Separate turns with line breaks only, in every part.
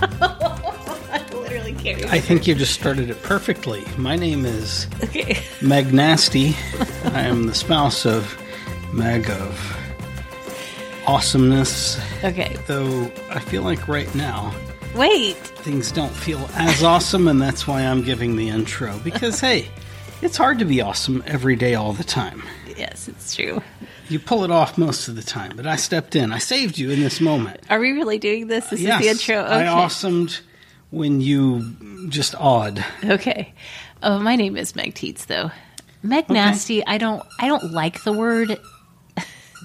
I literally can't.
I think you just started it perfectly. My name is
Okay.
Meg Nasty. I am the spouse of Meg of Awesomeness.
Okay.
Though I feel like right now
Wait.
things don't feel as awesome, and that's why I'm giving the intro. Because, hey, it's hard to be awesome every day, all the time.
Yes, it's true.
You pull it off most of the time, but I stepped in. I saved you in this moment.
Are we really doing Oh, this? This
yes,
is the intro.
I
Okay.
awesomed when you just awed.
Okay. Oh, my name is Meg Teets, though. Meg Nasty. I don't. I don't like the word.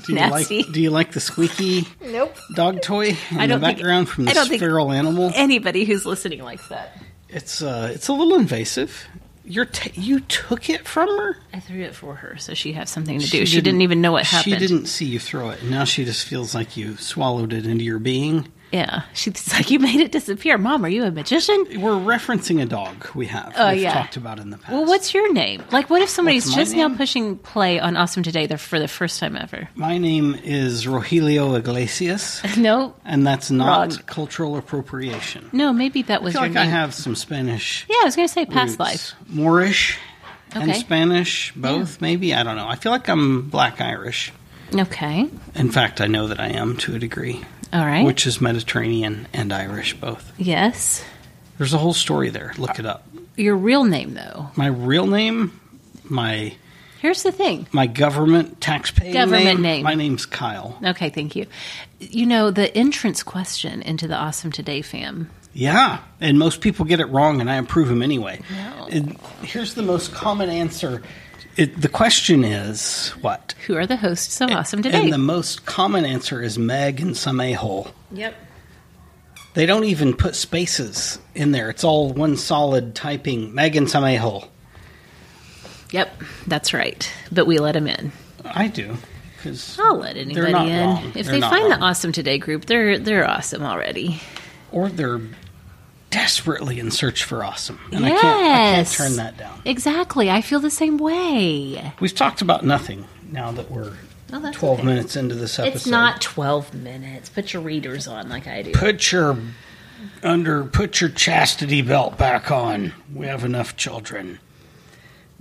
Do you
Nasty.
like? Do you like the squeaky
Nope.
dog toy in
I don't
the
think-
background from
I
this
don't think-
feral animal?
Anybody who's listening likes that.
It's uh, it's a little invasive. You're ta you took it from her.
I threw it for her, so she had something to do. She didn't, even know what happened.
She didn't see you throw it. Now she just feels like you swallowed it into your being.
Yeah. She's like, "You made it disappear, Mom. Are you a magician?"
We're referencing a dog we have.
Oh,
we've
yeah.
talked about in the past.
Well, what's your name? Like, what if somebody's
What's my
just now
name?
pushing play on Awesome Today the, for the first time ever?
my name is Rogelio Iglesias,
No,
and that's not
Wrong.
cultural appropriation.
no, maybe that was
I feel
your
like
name.
I have some Spanish
yeah, I was going to say
roots.
past life.
Moorish and
Okay.
Spanish, both maybe. I don't know. I feel like I'm Black Irish.
Okay.
In fact, I know that I am to a degree,
All right.
which is Mediterranean and Irish both.
yes.
There's a whole story there. Look it up.
Your real name, though.
My real name, my
Here's the thing.
my government taxpayer
Government
name,
name.
My name's Kyle.
Okay, thank you. You know, the entrance question into the Awesome Today fam.
Yeah, and most people get it wrong, and I approve them anyway.
No.
And here's the most common answer. It, the question is what?
Who are the hosts of Awesome Today?
And the most common answer is Meg and some a hole.
yep.
They don't even put spaces in there. It's all one solid typing. Meg and some a hole.
Yep, that's right. But we let them in.
I do because
I'll let anybody
not
in.
wrong.
If
They're
they
not
find
wrong.
the Awesome Today group, they're they're awesome already.
or they're desperately in search for awesome, and I can't I can't
Yes.
turn that down.
Exactly. I feel the same way.
We've talked about nothing now that we're
Oh, that's
twelve
okay.
minutes into this episode.
It's not 12 minutes. Put your readers on like I do.
Put your under. Put your chastity belt back on. We have enough children.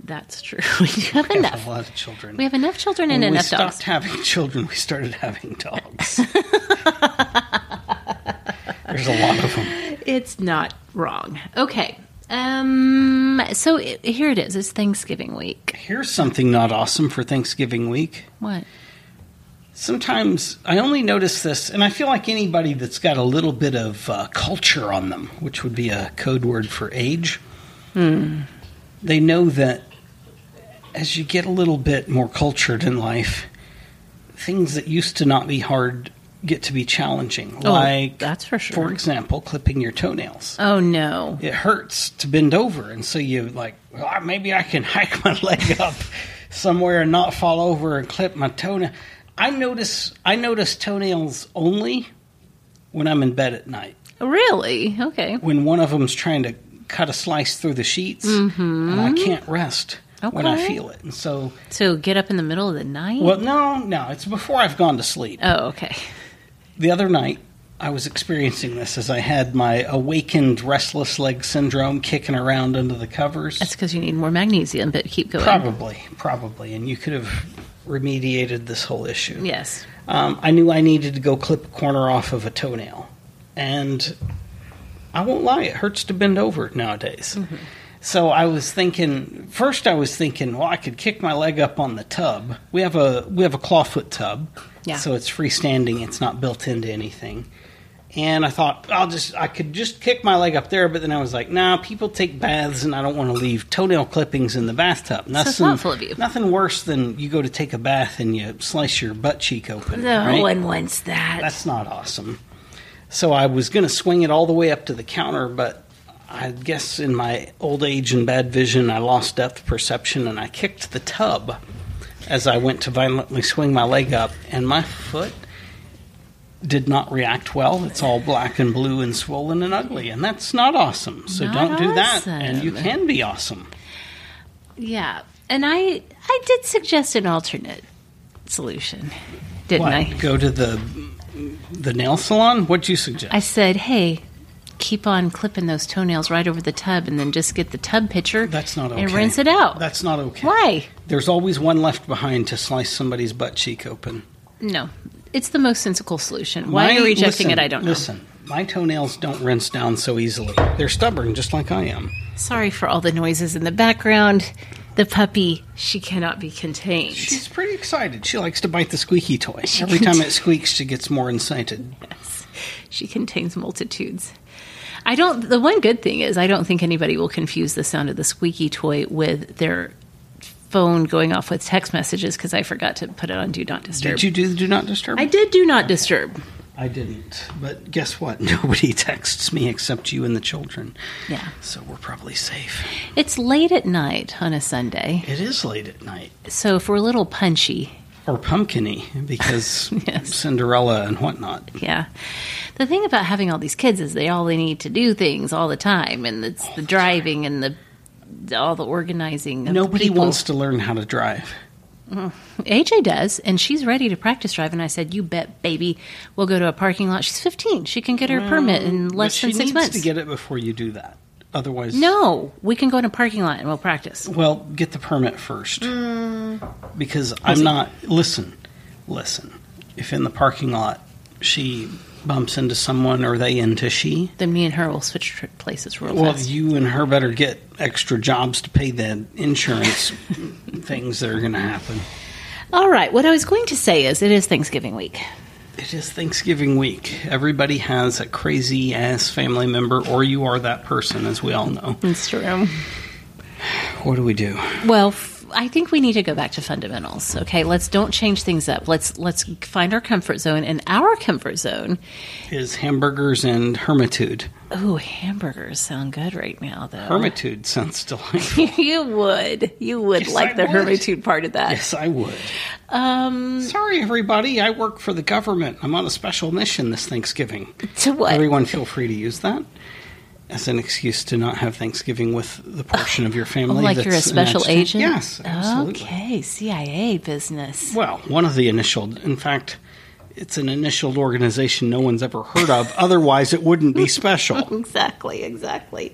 That's true. We do have
We have a
enough.
lot of children.
We have enough children
when
and
we
enough
stopped
dogs.
having children, we started having dogs. There's a lot of them.
It's not wrong. Okay. Um so it, here it is. It's Thanksgiving week.
Here's something not awesome for Thanksgiving week.
What?
Sometimes I only notice this, and I feel like anybody that's got a little bit of uh, culture on them, which would be a code word for age,
Hmm.
they know that as you get a little bit more cultured in life, things that used to not be hard get to be challenging.
Oh,
like
that's for sure.
For example, clipping your toenails.
Oh no.
It hurts to bend over, and so you like well, I- maybe I can hike my leg up somewhere and not fall over and clip my toenail. I notice I notice toenails only when I'm in bed at night.
Really? Okay.
when one of them's trying to cut a slice through the sheets, and I can't rest when I
Mm-hmm. Okay.
feel it. And so,
So get up in the middle of the night.
well, no, no, it's before I've gone to sleep.
Oh, okay.
The other night, I was experiencing this as I had my awakened restless leg syndrome kicking around under the covers.
That's because you need more magnesium. But keep going.
probably, probably, and you could have remediated this whole issue.
Yes.
um, I knew I needed to go clip a corner off of a toenail. And I won't lie, it hurts to bend over nowadays.
Mm-hmm.
So I was thinking first I was thinking, well, I could kick my leg up on the tub. We have a we have a clawfoot tub.
Yeah.
So it's freestanding, it's not built into anything. And I thought I'll just I could just kick my leg up there, but then I was like, nah, people take baths and I don't want to leave toenail clippings in the bathtub.
That's
Nothing-
thoughtful of you.
Nothing worse than you go to take a bath and you slice your butt cheek open.
No
right?
one wants that.
That's not awesome. So I was going to swing it all the way up to the counter, but I guess in my old age and bad vision, I lost depth perception and I kicked the tub as I went to violently swing my leg up, and my foot did not react well. It's all black and blue and swollen and ugly, and that's not awesome. So
Not
don't do that,
awesome.
and you can be awesome.
yeah. And I I did suggest an alternate solution, didn't
What,
I?
Go to the the nail salon. What'd you suggest?
I said, hey, keep on clipping those toenails right over the tub, and then just get the tub pitcher.
That's not okay.
And rinse it out.
That's not okay.
Why?
There's always one left behind to slice somebody's butt cheek open.
No. It's the most sensical solution. Why are
My-
you rejecting
listen,
it? I don't know.
Listen, my toenails don't rinse down so easily. They're stubborn, just like I am.
Sorry for all the noises in the background. The puppy, she cannot be contained.
She's pretty excited. She likes to bite the squeaky toy. Every time it squeaks, she gets more incited.
she contains multitudes. I don't. The one good thing is, I don't think anybody will confuse the sound of the squeaky toy with their phone going off with text messages because I forgot to put it on Do Not Disturb.
Did you do the do not disturb?
I did Do Not Disturb.
I didn't. But guess what? Nobody texts me except you and the children.
Yeah.
So we're probably safe.
It's late at night on a Sunday,
It is late at night.
so if we're a little punchy,
Or pumpkiny, because
Yes.
Cinderella and whatnot.
yeah. The thing about having all these kids is they all they need to do things all the time, and it's the driving and the all the organizing. Of
Nobody
people.
wants to learn how to drive.
AJ does, and she's ready to practice drive. And I said, "You bet, baby, we'll go to a parking lot." She's 15; she can get her permit in less
she
than six
needs
months.
to get it before you do that. Otherwise,
no, we can go in a parking lot and we'll practice.
Well, get the permit first,
Mm.
because I'm not. Listen, listen. If in the parking lot she bumps into someone or they into she,
Then me and her will switch tr- places real
well,
fast.
you and her better get extra jobs to pay the insurance things that are going to happen.
all right. What I was going to say is, it is Thanksgiving week.
It is Thanksgiving week. Everybody has a crazy ass family member, or you are that person, as we all know.
It's true.
What do we do?
Well, f- I think we need to go back to fundamentals. Okay, let's don't change things up. Let's let's find our comfort zone, and our comfort zone.
Is hamburgers and hermitude.
Oh, hamburgers sound good right now, though.
Hermitude sounds delightful.
you would, you would
Yes,
like
I
the
would.
hermitude part of that.
Yes, I would.
Um,
Sorry, everybody. I work for the government. I'm on a special mission this Thanksgiving.
to what?
Everyone, feel free to use that as an excuse to not have Thanksgiving with the portion of your family.
Oh, like you're a
that's an
special
abstain-
agent?
Yes, absolutely.
Okay, CIA business.
Well, one of the initial, in fact, it's an initial organization no one's ever heard of. Otherwise, it wouldn't be special.
Exactly, exactly.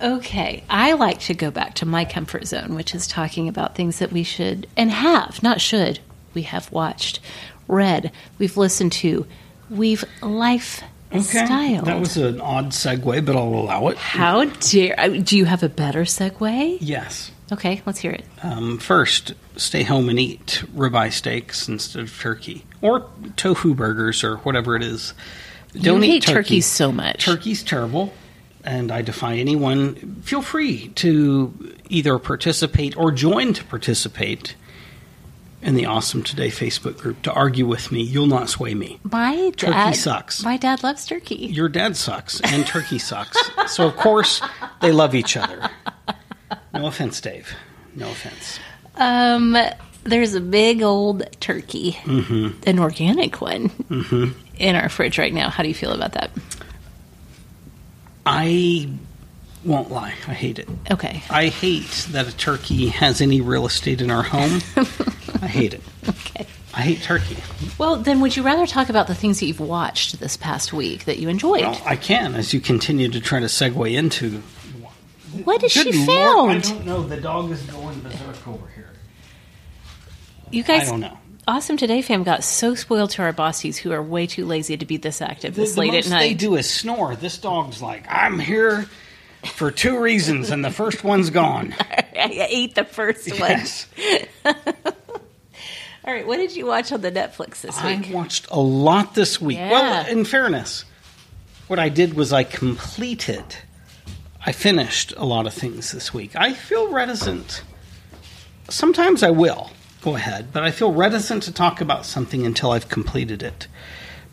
Okay, I like to go back to my comfort zone, which is talking about things that we should and have, not should. We have watched, read, we've listened to, we've life styled.
that was an odd segue, but I'll allow it.
How dare I- do you have a better segue?
Yes.
Okay, let's hear it.
Um, first, stay home and eat ribeye steaks instead of turkey or tofu burgers or whatever it is. Don't
you
eat
hate
turkey.
turkey so much.
Turkey's terrible, and I defy anyone. Feel free to either participate or join to participate in the Awesome Today Facebook group to argue with me. You'll not sway me.
My
Turkey
dad
sucks.
My dad loves turkey.
Your dad sucks, and Turkey sucks. So, of course, they love each other. No offense, Dave. No offense.
Um, there's a big old turkey, an organic one,
Mm-hmm.
in our fridge right now. How do you feel about that?
I won't lie. I hate it.
Okay,
I hate that a turkey has any real estate in our home. I hate it.
okay.
I hate turkey.
Well, then, would you rather talk about the things that you've watched this past week that you enjoyed?
Well, I can as you continue to try to segue into.
what has she
Lord, I
found?
don't know. The dog is going berserk over here.
you guys,
I don't know.
Awesome Today fam got so spoiled to our bossies who are way too lazy to be this active this
the
late
most
at night.
They do is snore. This dog's like, I'm here for two reasons, and the first one's gone.
I ate the first one.
Yes.
All right, what did you watch on the Netflix this
I
week?
watched a lot this week. Well,
Yeah.
in fairness, what I did was I completed, I finished a lot of things this week. I feel reticent. Sometimes I will go ahead, but I feel reticent to talk about something until I've completed it.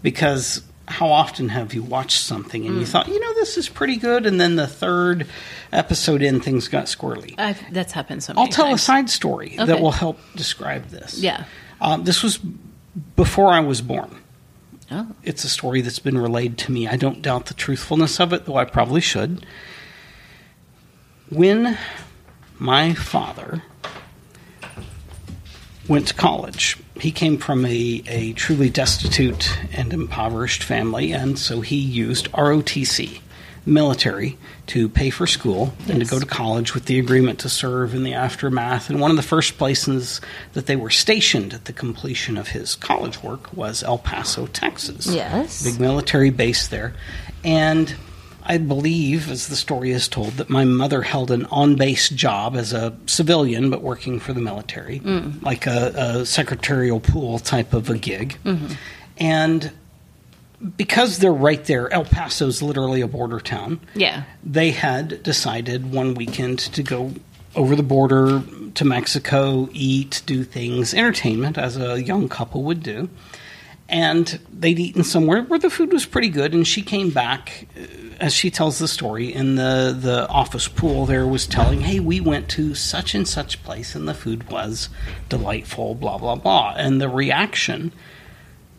Because how often have you watched something
Hmm.
and you thought, you know, this is pretty good, and then the third episode in, things got squirrely?
I've, that's happened so many
I'll tell a
times.
side story that
Okay.
will help describe this.
Yeah.
Um, this was before I was born.
Oh.
It's a story that's been relayed to me. I don't doubt the truthfulness of it, though I probably should. When my father went to college, he came from a, a truly destitute and impoverished family, and so he used ROTC, military, to pay for school and to go to college with the agreement to serve in the aftermath. And one of the first places that they were stationed at the completion of his college work was El Paso, Texas.
Yes.
Big military base there. And I believe, as the story is told, that my mother held an on base job as a civilian, but working for the military, like a, a secretarial pool type of a gig. And because they're right there, El Paso's literally a border town.
Yeah.
They had decided one weekend to go over the border to Mexico, eat, do things, entertainment, as a young couple would do. And they'd eaten somewhere where the food was pretty good, and she came back, uh, as she tells the story, in the, the office pool there was telling, hey, we went to such and such place, and the food was delightful, blah, blah, blah. And the reaction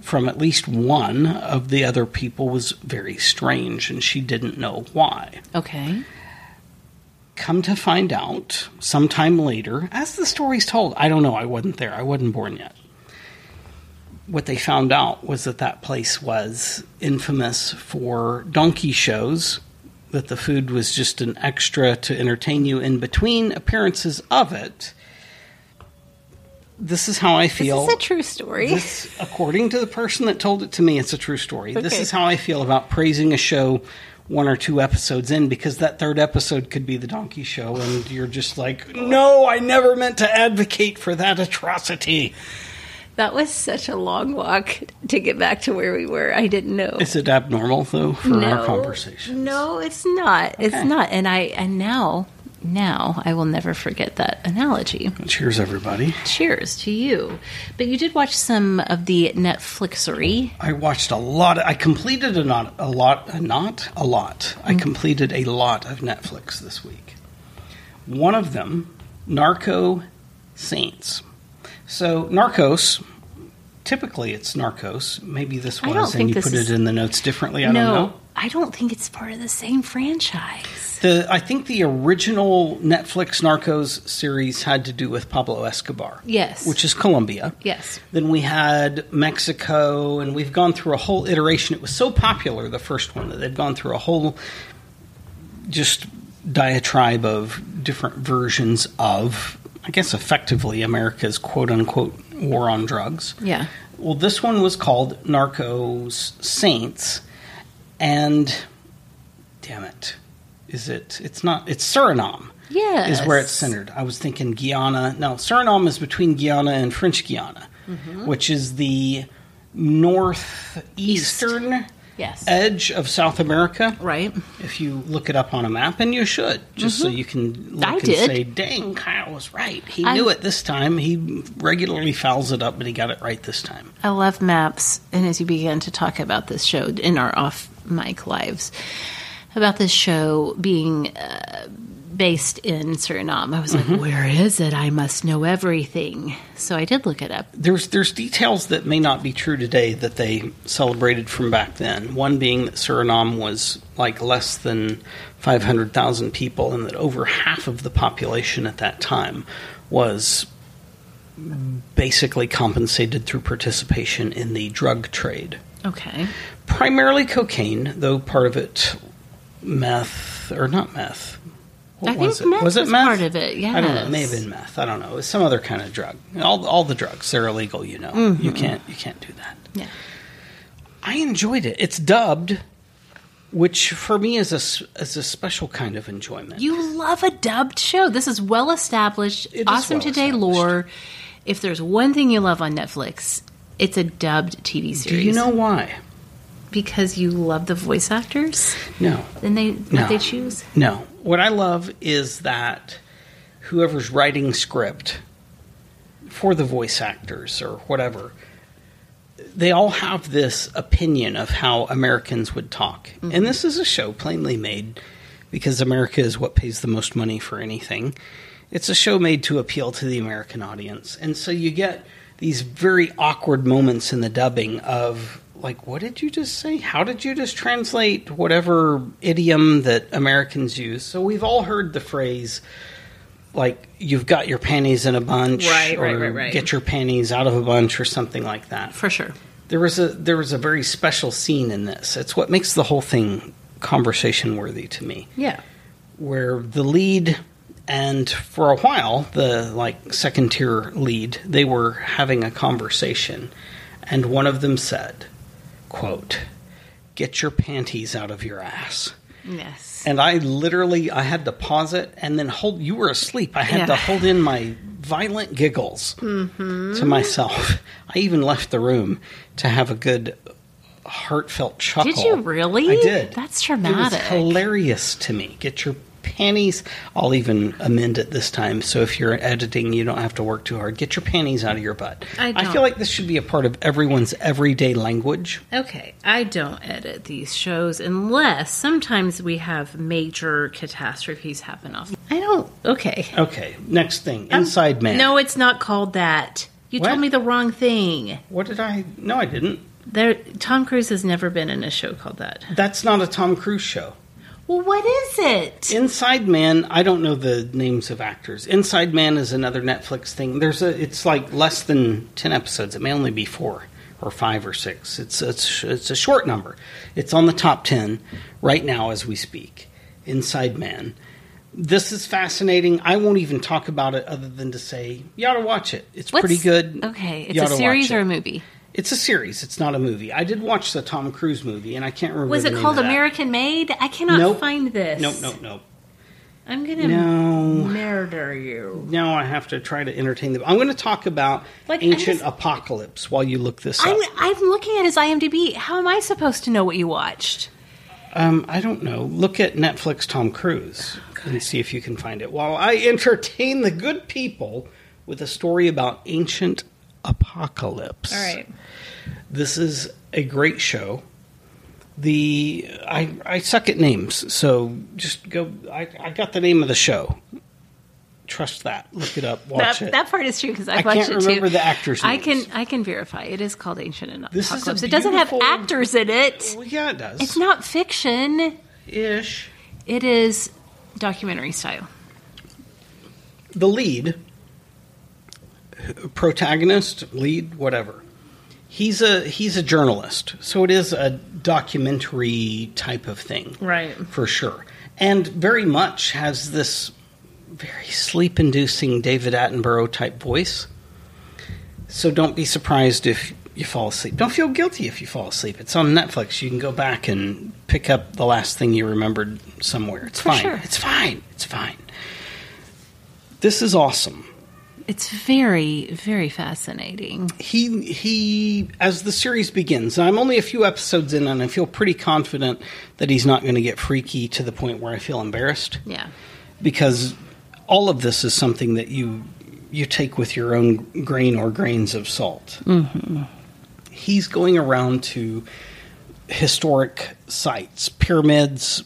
from at least one of the other people was very strange, and she didn't know why.
Okay.
Come to find out, sometime later, as the story's told, I don't know, I wasn't there, I wasn't born yet. What they found out was that that place was infamous for donkey shows, that the food was just an extra to entertain you in between appearances of it. This is how I feel.
This is a true story.
This, according to the person that told it to me, it's a true story. This
Okay.
is how I feel about praising a show one or two episodes in because that third episode could be the donkey show, and you're just like, no, I never meant to advocate for that atrocity.
that was such a long walk to get back to where we were. I didn't know.
Is it abnormal, though, for our conversation?
No, it's not. It's
Okay.
not. And I and now now I will never forget that analogy.
Cheers, everybody.
Cheers to you. But you did watch some of the Netflixery.
I watched a lot. I completed a not a lot a not a lot. I
Mm.
completed a lot of Netflix this week. One of them, Narco Saints. So Narcos. Typically, it's Narcos. Maybe this
I
was,
don't
and
think
you
this
put
is-
it in the notes differently. I
no,
don't know.
I don't think it's part of the same franchise.
The I think the original Netflix Narcos series had to do with Pablo Escobar.
Yes.
which is Colombia.
Yes.
Then we had Mexico, and we've gone through a whole iteration. It was so popular, the first one, that they've gone through a whole just diatribe of different versions of, I guess, effectively America's quote unquote war on drugs.
Yeah.
Well, this one was called Narcos Saints, and damn it, is it? It's not. It's Suriname.
Yes.
is where it's centered. I was thinking Guyana. No, Suriname is between Guyana and
Mm-hmm.
French Guiana, which is the northeastern
Yes.
edge of South America.
right.
If you look it up on a map, and you should, just so you can look
Mm-hmm. I
and
did.
say, "Dang, Kyle was right. He
I'm-
knew it this time. He regularly fouls it up, but he got it right this time."
I love maps. And as you began to talk about this show in our off mic lives, about this show being uh, based in Suriname, I was
Mm-hmm.
like, where is it? I must know everything. So I did look it up.
there's there's details that may not be true today that they celebrated from back then. One being that Suriname was like less than 500,000 people, and that over half of the population at that time was basically compensated through participation in the drug trade,
Okay.
primarily cocaine, though part of it meth or not meth. What
I think
was it?
meth
was it
was
meth?
part of it,
I don't know. It may
yes.
have been meth. I don't know. It was some other kind of drug. All all the drugs they're illegal. You know. You can't you can't do that.
Mm-hmm. Yeah.
I enjoyed it. It's dubbed, which for me is a s- is a special kind of enjoyment.
You love a dubbed show. This is well established,
It is
awesome
well
today
established.
lore. If there's one thing you love on Netflix, it's a dubbed TV series.
do you know why?
because you love the voice actors?
No.
Then they
No.
what they choose.
No. What I love is that whoever's writing script for the voice actors or whatever, they all have this opinion of how Americans would talk.
Mm-hmm.
And this is a show plainly made because America is what pays the most money for anything. It's a show made to appeal to the American audience. And so you get these very awkward moments in the dubbing of like what did you just say? How did you just translate whatever idiom that Americans use? So we've all heard the phrase like you've got your panties in a bunch
Right,
or
right, right, right.
get your panties out of a bunch or something like that
For sure.
there was a there was a very special scene in this. It's what makes the whole thing conversation worthy to me.
Yeah.
Where the lead and for a while the like second tier lead, they were having a conversation and one of them said, quote, "Get your panties out of your ass."
Yes.
And I literally I had to pause it and then hold you were asleep. I had
Yeah. Mm-hmm.
to hold in my violent giggles to
Mm.
myself. I even left the room to have a good heartfelt chuckle.
Did you really?
Oh, I did.
That's
It
traumatic.
was hilarious to me. Get your panties I'll even amend it this time so if you're editing you don't have to work too hard. Get your panties out of your butt.
I
I
don't.
feel like this should be a part of everyone's everyday language.
Okay, I don't edit these shows unless sometimes we have major catastrophes happen off. I don't. Okay.
Okay, next thing. Inside man.
Um, No, it's not called that. You
What?
told me the wrong thing.
What did I No, I didn't.
There, Tom Cruise has never been in a show called that.
That's not a Tom Cruise show.
Well, what is it?
Inside Man, I don't know the names of actors. Inside Man is another Netflix thing. There's a it's like less than 10 episodes. It may only be 4 or 5 or 6. It's it's it's a short number. It's on the top 10 right now as we speak. Inside Man. This is fascinating. I won't even talk about it other than to say you ought to watch it. It's
What's-
pretty good.
Okay,
You
it's a
oughta watch
series
it.
or a movie.
It's a series. It's not a movie. I did watch the Tom Cruise movie, and I can't remember.
Was
the
it
name
called
of that.
American Made? I cannot
Nope.
find this.
Nope, nope, nope.
I'm gonna
No.
murder you.
now I have to try to entertain them. I'm going to talk about
Like, I'm
ancient
just-
apocalypse while you look this
I'm,
up.
I'm looking at his IMDb. How am I supposed to know what you watched?
Um, I don't know. Look at Netflix Tom Cruise and see if you can find it. While I entertain the good people with a story about ancient apocalypse. This is a great show. The I I suck at names, so just go. I, I got the name of the show. Trust that. Look it up. Watch
That,
it.
that part is true because
I
I've watched
can't
it too.
remember the actors'
I
names.
can I can verify. It is called Ancient and
This is a
Apocalypse. It doesn't have
beautiful-
actors in it.
Well, yeah, it does.
It's not fiction.
ish.
It is documentary style.
the lead protagonist lead whatever he's a he's a journalist so it is a documentary type of thing
Right.
for sure and very much has this very sleep inducing david attenborough type voice so don't be surprised if you fall asleep don't feel guilty if you fall asleep it's on netflix you can go back and pick up the last thing you remembered somewhere it's
For
fine
sure.
it's fine it's fine this is awesome
It's very, very fascinating.
he he as the series begins and i'm only a few episodes in and i feel pretty confident that he's not going to get freaky to the point where i feel embarrassed
Yeah.
because all of this is something that you you take with your own grain or grains of salt mm-hmm. he's going around to historic sites pyramids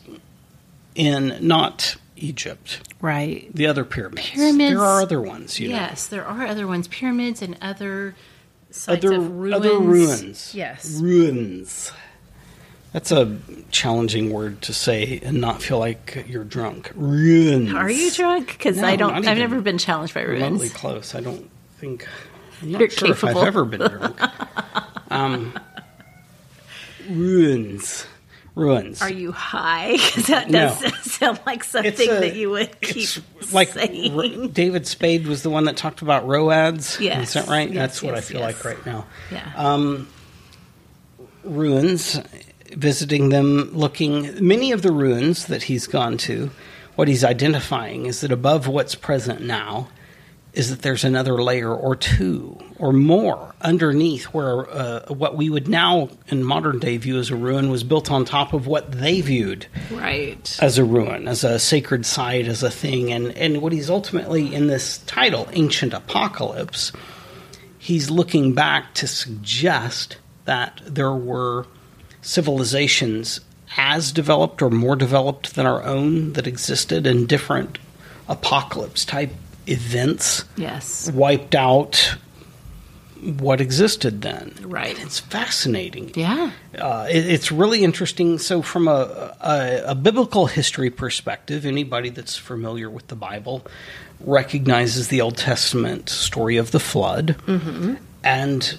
in not egypt
Right.
the other pyramids,
Pyramids-
there are other ones you know
Yes, there are other ones, pyramids and other sites of ruins.
other ruins.
Yes.
ruins. That's a challenging word to say and not feel like you're drunk. Ruins.
Are you drunk? Because
No,
I don't.
not
I've
even
never been challenged by
Remotely
ruins.
close. I don't think. I'm not
You're
sure if
capable.
I've ever been drunk. um, ruins. Ruins.
Are you high? 'Cause that
No.
does sound like something
It's a-
that you would keep
it's like
saying.
Ro- David Spade was the one that talked about ROADs.
Yes.
Is that right?
Yes,
That's what I
yes,
feel
yes.
like right now. Um,
yeah.
ruins, visiting them, looking. Many of the ruins that he's gone to, what he's identifying is that above what's present now is that there's another layer or two or more underneath where uh, what we would now in modern day view as a ruin was built on top of what they viewed
right.
as a ruin, as a sacred site, as a thing. And, and what he's ultimately in this title, Ancient Apocalypse, he's looking back to suggest that there were civilizations as developed or more developed than our own that existed in different apocalypse type events
yes.
wiped out what existed then
Right.
it's fascinating
Yeah.
uh, it, it's really interesting. So, from a, a, a biblical history perspective, anybody that's familiar with the Bible recognizes the Old Testament story of the flood, and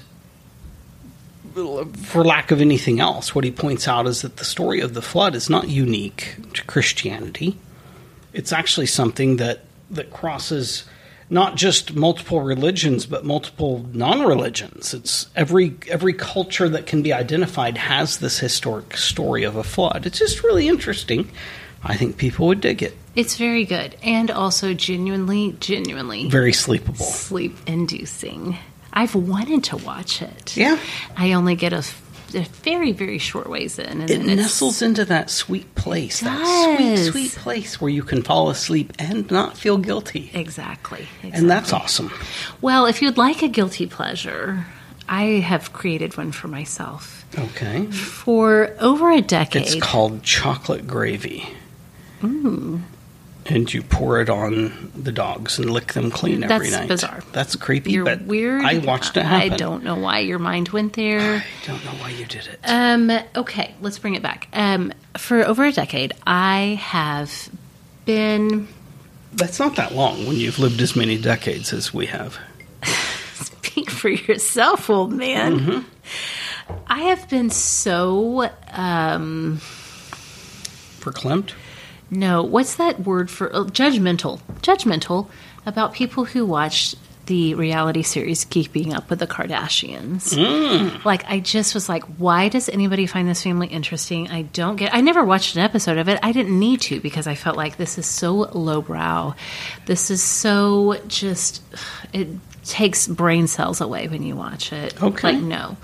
for lack of anything else, what he points out is that the story of the flood is not unique to Christianity. It's actually something that that crosses not just multiple religions but multiple non-religions. It's every every culture that can be identified has this historic story of a flood. It's just really interesting. I think people would dig it.
It's very good and also genuinely, genuinely
Very sleepable.
sleep inducing. I've wanted to watch it.
Yeah.
I only get a, f- a very, very short ways in. And
It
then it's-
nestles into that sweet place, that
does.
sweet, sweet place where you can fall asleep and not feel guilty.
Exactly.
And that's
exactly.
awesome.
Well, if you'd like a guilty pleasure, I have created one for myself.
Okay.
For over a decade.
It's called chocolate gravy.
Mm.
And you pour it on the dogs and lick them clean every
That's
night.
bizarre.
That's creepy,
You're
but
weird.
I watched it happen.
I don't know why your mind went there.
I don't know why you did it.
Um, okay, let's bring it back. Um, for over a decade, I have been
That's not that long when you've lived as many decades as we have.
Speak for yourself, old man.
Mm-hmm.
I have been so um
Verklempt?
no, what's that word for oh, judgmental? Judgmental about people who watch the reality series Keeping Up with the Kardashians.
Mm.
Like I just was like, why does anybody find this family interesting? I don't get. I never watched an episode of it. I didn't need to because I felt like this is so lowbrow. This is so just it takes brain cells away when you watch it.
Okay.
Like no.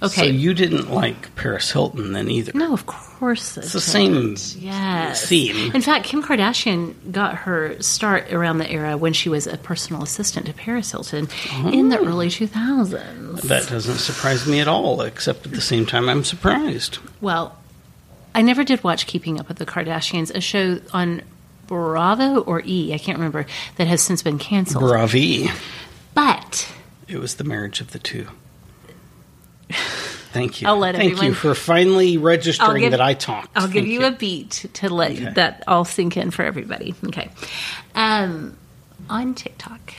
So
Okay.
you didn't like Paris Hilton then either.
no, of course
It's the same
Yes.
theme.
In fact, Kim Kardashian got her start around the era when she was a personal assistant to Paris Hilton in
Oh.
the early 2000s.
That doesn't surprise me at all, except at the same time, I'm surprised.
Well, I never did watch Keeping Up with the Kardashians, a show on Bravo or E, I can't remember, that has since been canceled.
Bravi.
But
It was the marriage of the two. Thank you.
I'll let
Thank
everyone-
you for finally registering
give-
that I talked.
I'll give
Thank
you, a beat to let
Okay.
that all sink in for everybody. Okay. Um, on TikTok,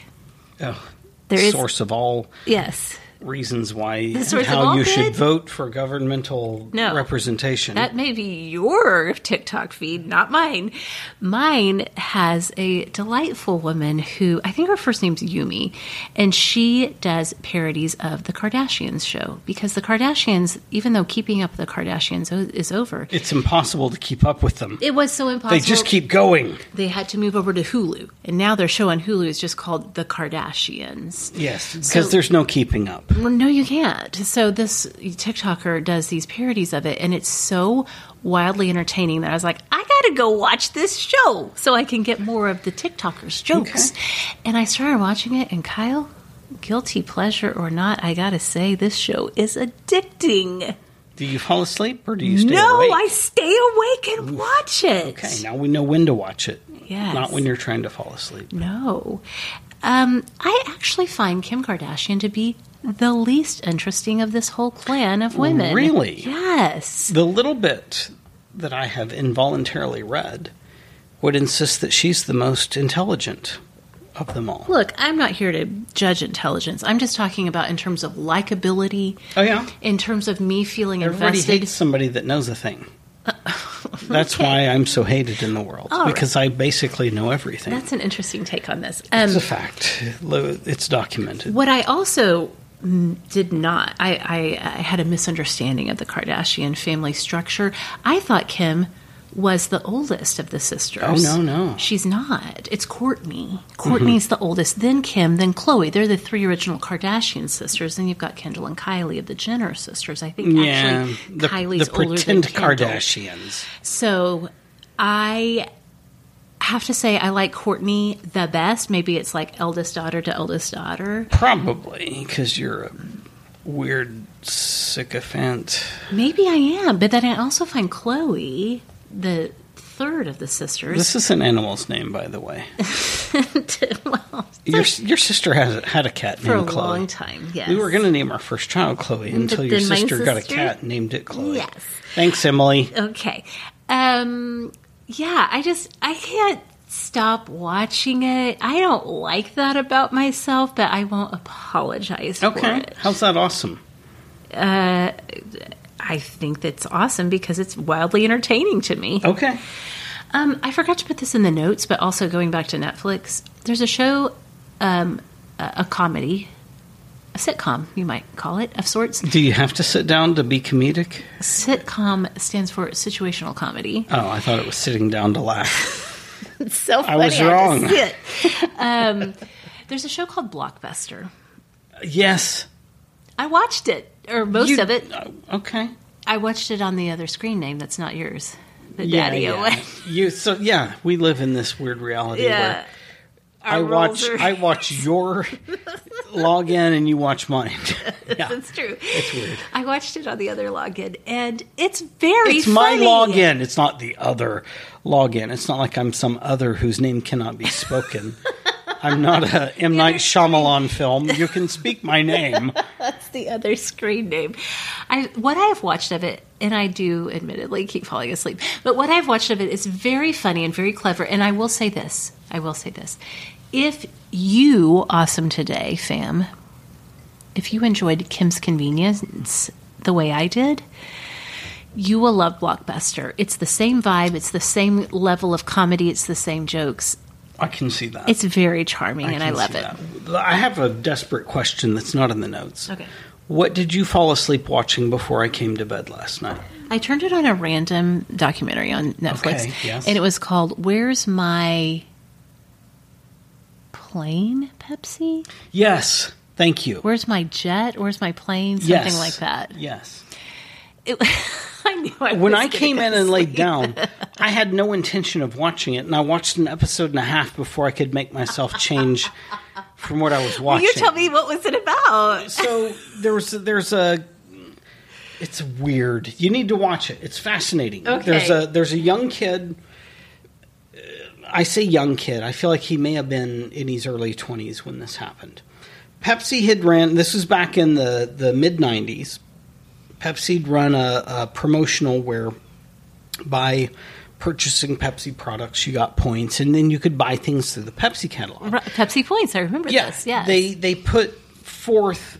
oh,
there is
source of all
yes,
reasons why
sorts of
how
all
you should
good?
vote for governmental
No.
representation.
That may be your TikTok feed, not mine. Mine has a delightful woman who I think her first name's Yumi, and she does parodies of the Kardashians show because the Kardashians, even though keeping up with the Kardashians o- is over,
it's impossible to keep up with them.
it was so impossible.
they just keep going.
They had to move over to Hulu, and now their show on Hulu is just called The Kardashians.
Yes,
So-
because there's no keeping up.
Well, no, you can't. So this TikToker does these parodies of it, and it's so wildly entertaining that I was like, I gotta go watch this show so I can get more of the TikToker's jokes. And I started watching it, and Kyle, guilty pleasure or not, I gotta say this show is addicting.
Do you fall asleep or do you stay
no,
awake?
I stay awake and watch it.
Okay, now we know when to watch it.
Yes.
Not when you're trying to fall asleep.
No. Um, I actually find Kim Kardashian to be the least interesting of this whole clan of women.
Really?
Yes.
The little bit that I have involuntarily read would insist that she's the most intelligent of them all.
Look, I'm not here to judge intelligence. I'm just talking about in terms of likability,
Oh yeah.
in terms of me feeling
Everybody
invested.
hates somebody that knows a thing. That's why I'm so hated in the world
All right.
because I basically know everything.
That's an interesting take on this.
it's
Um,
a fact. Lo- It's documented.
what I also mm, did not, I, I, I had a misunderstanding of the Kardashian family structure. I thought Kim was the oldest of the sisters.
Oh, no, no. Mm-hmm.
She's not. It's Courtney. Courtney's the oldest, then Kim, then Chloe. They're the three original Kardashian sisters. Then you've got Kendall and Kylie of the Jenner sisters. I think
Yeah,
actually
the,
Kylie's
the
older than
pretend
Kendall.
Kardashians.
So I have to say I like Courtney the best. Maybe it's like eldest daughter to eldest daughter.
Probably because you're a weird sycophant.
Maybe I am, but then I also find Chloe the third of the sisters.
This is an animal's name, by the way.
to- well,
Your, your sister has, had a cat
for a
named Chloe.
long time, yes.
We were going to name our first child Chloe until your
then my
sister, got a
sister-
cat and named it Chloe.
Yes.
Thanks, Emily.
Okay. Um yeah, I just I can't stop watching it. I don't like that about myself, but I won't apologize for
Okay.
it.
How's that awesome?
Uh I think that's awesome because it's wildly entertaining to me.
Okay.
Um, I forgot to put this in the notes, but also going back to Netflix, there's a show, um, a, a comedy, a sitcom, you might call it, of sorts.
Do you have to sit down to be comedic?
Sitcom stands for situational comedy.
Oh, I thought it was sitting down to laugh.
It's so funny.
was
had to
wrong.
sit. um, there's a show called Blockbuster.
yes.
I watched it, or most
You-
of it.
oh, Okay.
I watched it on the other screen name that's not yours, the
Yeah,
Daddy
yeah.
one.
You so yeah, we live in this weird reality where
Yeah.
I
roles
watch
are-
I watch your login and you watch mine. yeah.
That's true. It's weird. I watched it on the other login, and it's very
It's my
funny.
login. It's not the other login. It's not like I'm some other whose name cannot be spoken. I'm not a M Night Shyamalan film. You can speak my name.
the other screen name. I what I've watched of it, and I do admittedly keep falling asleep, but what I've watched of it is very funny and very clever. And I will say this, I will say this. If you awesome today, fam, if you enjoyed Kim's convenience the way I did, you will love Blockbuster. It's the same vibe, it's the same level of comedy, it's the same jokes.
I can see that.
It's very charming and I
can
love
see
it.
that. I have a desperate question that's not in the notes.
Okay.
What did you fall asleep watching before I came to bed last night?
I turned it on a random documentary on Netflix,
Okay, yes.
and it was called "Where's My Plane Pepsi?
Yes. Thank you.
Where's my jet? Where's my plane? Something
yes.
like that."
Yes.
It, I knew. I
When
was
I
gonna
came
go
in and laid
sleep.
down, I had no intention of watching it, and I watched an episode and a half before I could make myself change from what I was
Will
watching.
you tell me what was it about?
so there's there's a it's weird. You need to watch it. It's fascinating.
Okay.
There's a there's a young kid. uh, I say young kid. I feel like he may have been in his early 20s when this happened. Pepsi had ran this was back in the the mid 90s. Pepsi'd run a, a promotional where by purchasing Pepsi products you got points and then you could buy things through the Pepsi catalog.
Pepsi points. I remember
Yeah,
this. Yes,
They they put forth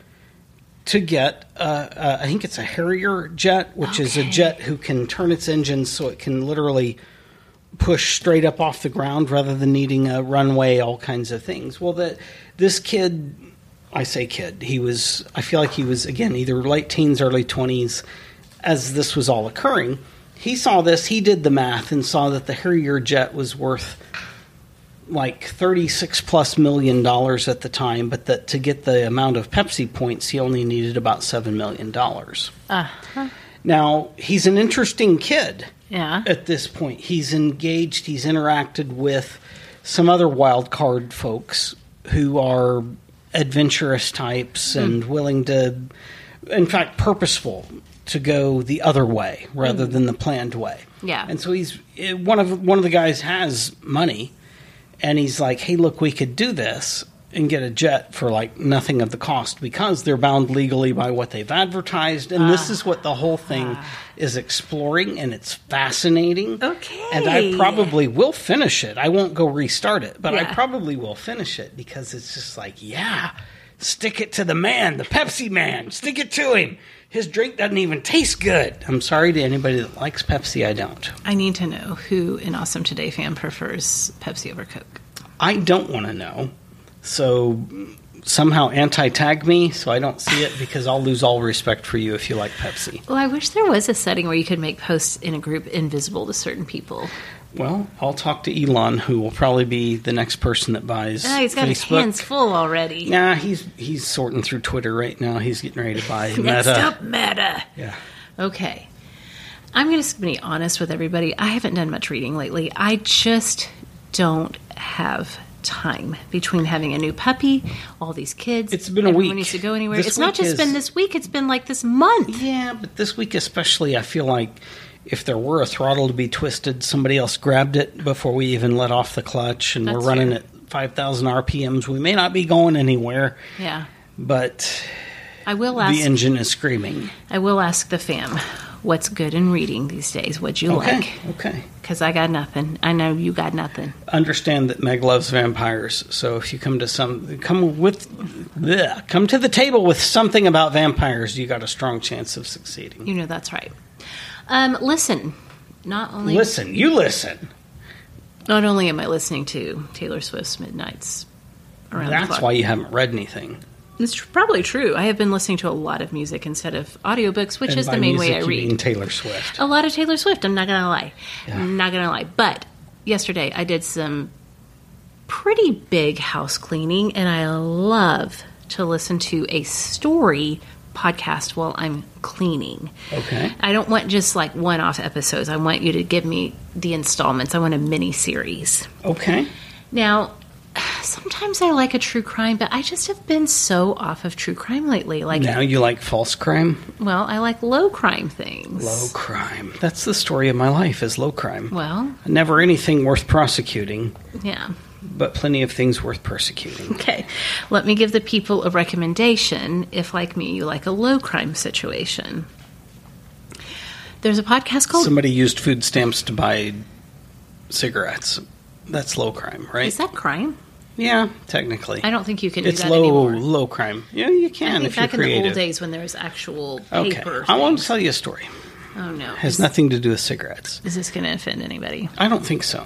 to get, uh, uh, I think it's a Harrier jet, which is a jet who can turn its engines so it can literally push straight up off the ground rather than needing a runway, all kinds of things. Well, that this kid, I say kid, he was, I feel like he was, again, either late teens, early 20s, as this was all occurring. He saw this, he did the math, and saw that the Harrier jet was worth like 36 plus million dollars at the time, but that to get the amount of Pepsi points, he only needed about 7 million dollars. Now, he's an interesting kid.
Uh-huh. Yeah.
At this point, he's engaged, he's interacted with some other wild card folks who are adventurous
Hmm.
types and willing to in fact purposeful to go the other way rather than the planned way.
Hmm. Yeah.
And so he's eh, one of one of the guys has money and he's like, "Hey, look, we could do this and get a jet for like nothing of the cost because they're bound legally by what they've advertised." And this is what the whole thing
Ah.
is exploring, and it's fascinating.
Okay.
and I probably will finish it. I won't go restart it, but
Yeah.
I probably will finish it because it's just like, yeah, stick it to the man, the Pepsi man, stick it to him. His drink doesn't even taste good. I'm sorry to anybody that likes Pepsi. I don't.
I need to know who an Awesome Today fan prefers Pepsi over Coke.
I don't want to know. So somehow anti tag me so I don't see it because I'll lose all respect for you if you like Pepsi.
Well, I wish there was a setting where you could make posts in a group invisible to certain people.
Well, I'll talk to Elon, who will probably be the next person that buys.
Ah, he's got his
Facebook.
hands full already.
Nah, he's he's sorting through Twitter right now. He's getting ready to buy
Next
Meta.
up, Meta.
Yeah.
Okay. I'm going to be honest with everybody. I haven't done much reading lately. I just don't have time between having a new puppy, all these kids.
It's been a
everyone
week.
needs to go anywhere.
This
it's not
week
just
is-
been this week. It's been like this month.
Yeah, but this week especially, I feel like if there were a throttle to be twisted, somebody else grabbed it before we even let off the clutch, and
That's
we're running
fair.
at five thousand RPMs. We may not be going anywhere,
Yeah.
but
I will ask.
the engine is screaming.
I will ask the fam what's good in reading these days. What'd you
Okay,
like? 'Cause like?
okay.
Because I got nothing. I know you got nothing.
Understand that Meg loves vampires, so if you come to some, come with, bleh, come to the table with something about vampires, you got a strong chance of succeeding.
You know that's right. Um, listen. Not only
listen, you listen.
Not only am I listening to Taylor Swift's Midnight's around the
That's
clock.
why you haven't read anything.
it's tr- probably true. I have been listening to a lot of music instead of audiobooks, which
And
is
by
the main way
music,
I
you
read. Oh.
mean Taylor Swift.
a lot of Taylor Swift, I'm not going to lie. I'm not going to lie. But yesterday I did some pretty big house cleaning and I love to listen to a story podcast while I'm cleaning.
Okay.
I don't want just like one-off episodes. I want you to give me the installments. I want a mini series.
Okay.
Now, sometimes I like a true crime, but I just have been so off of true crime lately. Like,
Now you like false crime?
well, I like low crime things.
Low crime. That's the story of my life is low crime.
Well,
Never anything worth prosecuting,
yeah.
but plenty of things worth persecuting.
Okay. Let me give the people a recommendation if, like me, you like a low crime situation. There's a podcast called.
Somebody used food stamps to buy cigarettes. That's low crime, right?
Is that crime?
yeah, technically.
I don't think you can
it's
do that
low
anymore.
low crime. Yeah, you
I
can
think
if you're
back in the
creative.
old days when there was actual
okay.
paper.
I want to
things.
tell you a story.
Oh no!
It has
Is-
nothing to do with cigarettes.
Is this going to offend anybody?
I don't think so.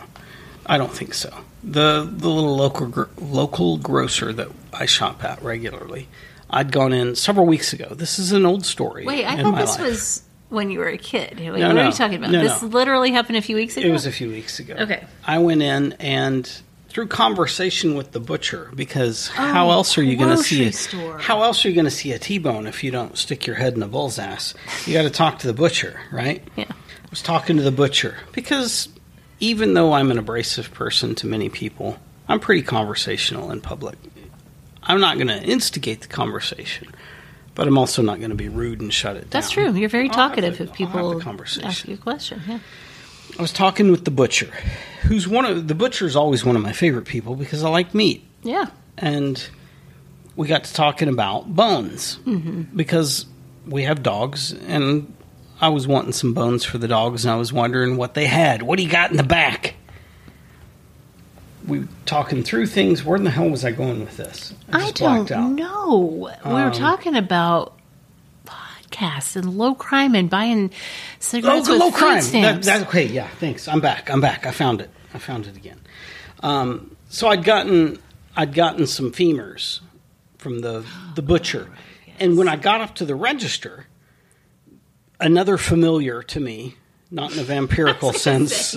I don't think so. The the little local gr- local grocer that I shop at regularly, I'd gone in several weeks ago. This is an old story.
Wait, I
in
thought
my
this
life.
was when you were a kid. Like,
No,
what are
no.
you talking about?
No,
this
no.
literally happened a few weeks ago.
It was a few weeks ago.
Okay.
I went in and through conversation with the butcher because how else are you going to see
Oh,
a,
grocery store.
how else are you going to see a T-bone if you don't stick your head in a bull's ass? You got to talk to the butcher, right?
Yeah.
I was talking to the butcher because even though I'm an abrasive person to many people, I'm pretty conversational in public. I'm not going to instigate the conversation, but I'm also not going to be rude and shut it
That's
down.
true. You're very
I'll have
talkative
the-
if
I'll have the
people
conversation.
ask you a question. Yeah.
I was talking with the butcher, who's one of the butcher's always one of my favorite people because I like meat,
Yeah.
and we got to talking about bones
Mm-hmm.
because we have dogs, and I was wanting some bones for the dogs, and I was wondering what they had. What do you got in the back? We were talking through things. Where in the hell was I going with this?
I
just
don't
blacked out. Um,
know. we were talking about podcasts and low crime and buying
Oh,
cigarettes
the
with
low
food
crime. That,
stamps.
that, okay, yeah, thanks. I'm back. I'm back. I found it. I found it again. Um, so I'd gotten I'd gotten some femurs from the the butcher,
Oh,
and when I got up to the register, another familiar to me, not in a vampirical sense.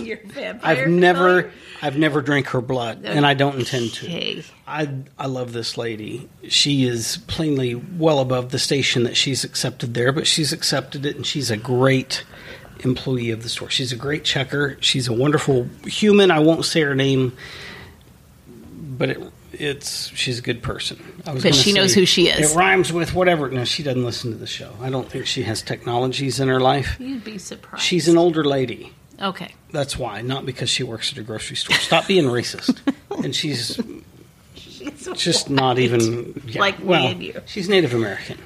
I've
Oh,
never I've never drank her blood, and I don't intend to.
Okay.
I I love this lady. She is plainly well above the station that she's accepted there, but she's accepted it, and she's a great employee of the store. She's a great checker. She's a wonderful human. I won't say her name, but it, it's she's a good person. I was
But
gonna
she knows
say,
who she is.
It rhymes with whatever. No, she doesn't listen to the show. I don't think she has technologies in her life.
You'd be surprised.
She's an older lady.
okay.
That's why, not because she works at a grocery store. Stop being racist. And she's just not even yeah.
Like me
well,
and you.
She's Native American.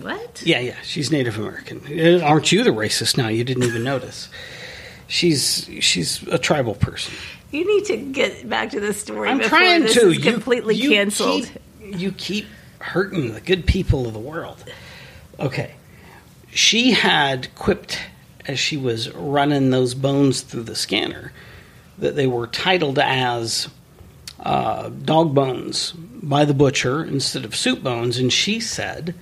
What?
Yeah, yeah, she's Native American. Eh, Aren't you the racist now? You didn't even notice. She's she's a tribal person.
You need to get back to this story.
I'm
before
trying
this
to.
is
You-
completely
you
canceled.
Keep, you keep hurting the good people of the world. Okay. She had quipped as she was running those bones through the scanner that they were titled as uh, dog bones by the butcher instead of soup bones. And she said,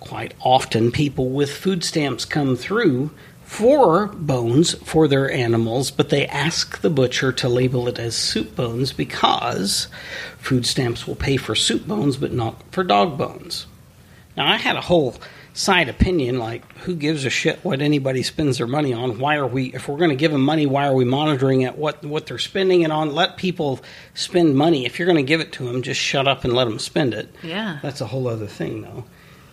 quite often people with food stamps come through for bones for their animals, but they ask the butcher to label it as soup bones because food stamps will pay for soup bones but not for dog bones. Now, I had a whole side opinion like, who gives a shit what anybody spends their money on? Why are we, if we're going to give them money, why are we monitoring it, what, what they're spending it on? Let people spend money. If you're going to give it to them, just shut up and let them spend it.
Yeah.
That's a whole other thing, though.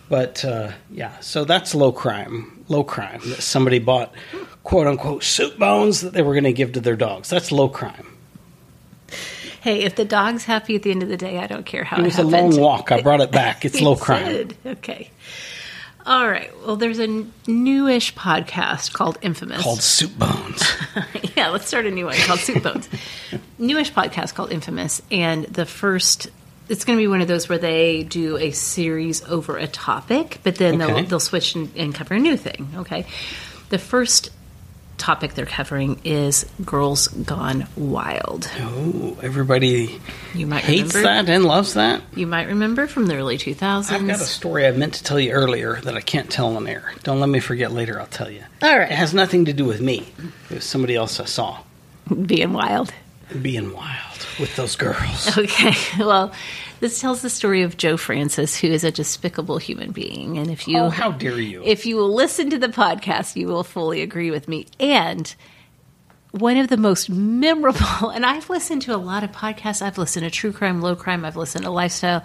But uh, yeah, so that's low crime. Low crime that somebody bought quote unquote soup bones that they were going to give to their dogs. That's low crime.
Hey, if the dog's happy at the end of the day, I don't care how
It
it,
was a
happened.
long walk. I brought it back. It's
You
low crime.
said. Okay. All right. Well, there's a n- newish podcast called Infamous.
Called soup bones.
yeah, let's start a new one called Soup Bones. newish podcast called Infamous, and the first. It's going to be one of those where they do a series over a topic, but then
Okay.
they'll they'll switch and, and cover a new thing. Okay, the first topic they're covering is girls gone wild.
Oh, everybody
You might
hates
remember
that and loves that.
You might remember from the early 2000s.
I've got a story I meant to tell you earlier that I can't tell on air. Don't let me forget later. I'll tell you.
All right.
It has nothing to do with me. It was somebody else I saw
being wild.
being wild with those girls.
Okay, well, this tells the story of Joe Francis, who is a despicable human being. And if you,
Oh, how dare you.
If you will listen to the podcast, you will fully agree with me. And one of the most memorable, and I've listened to a lot of podcasts. I've listened to true crime, low crime. I've listened to lifestyle.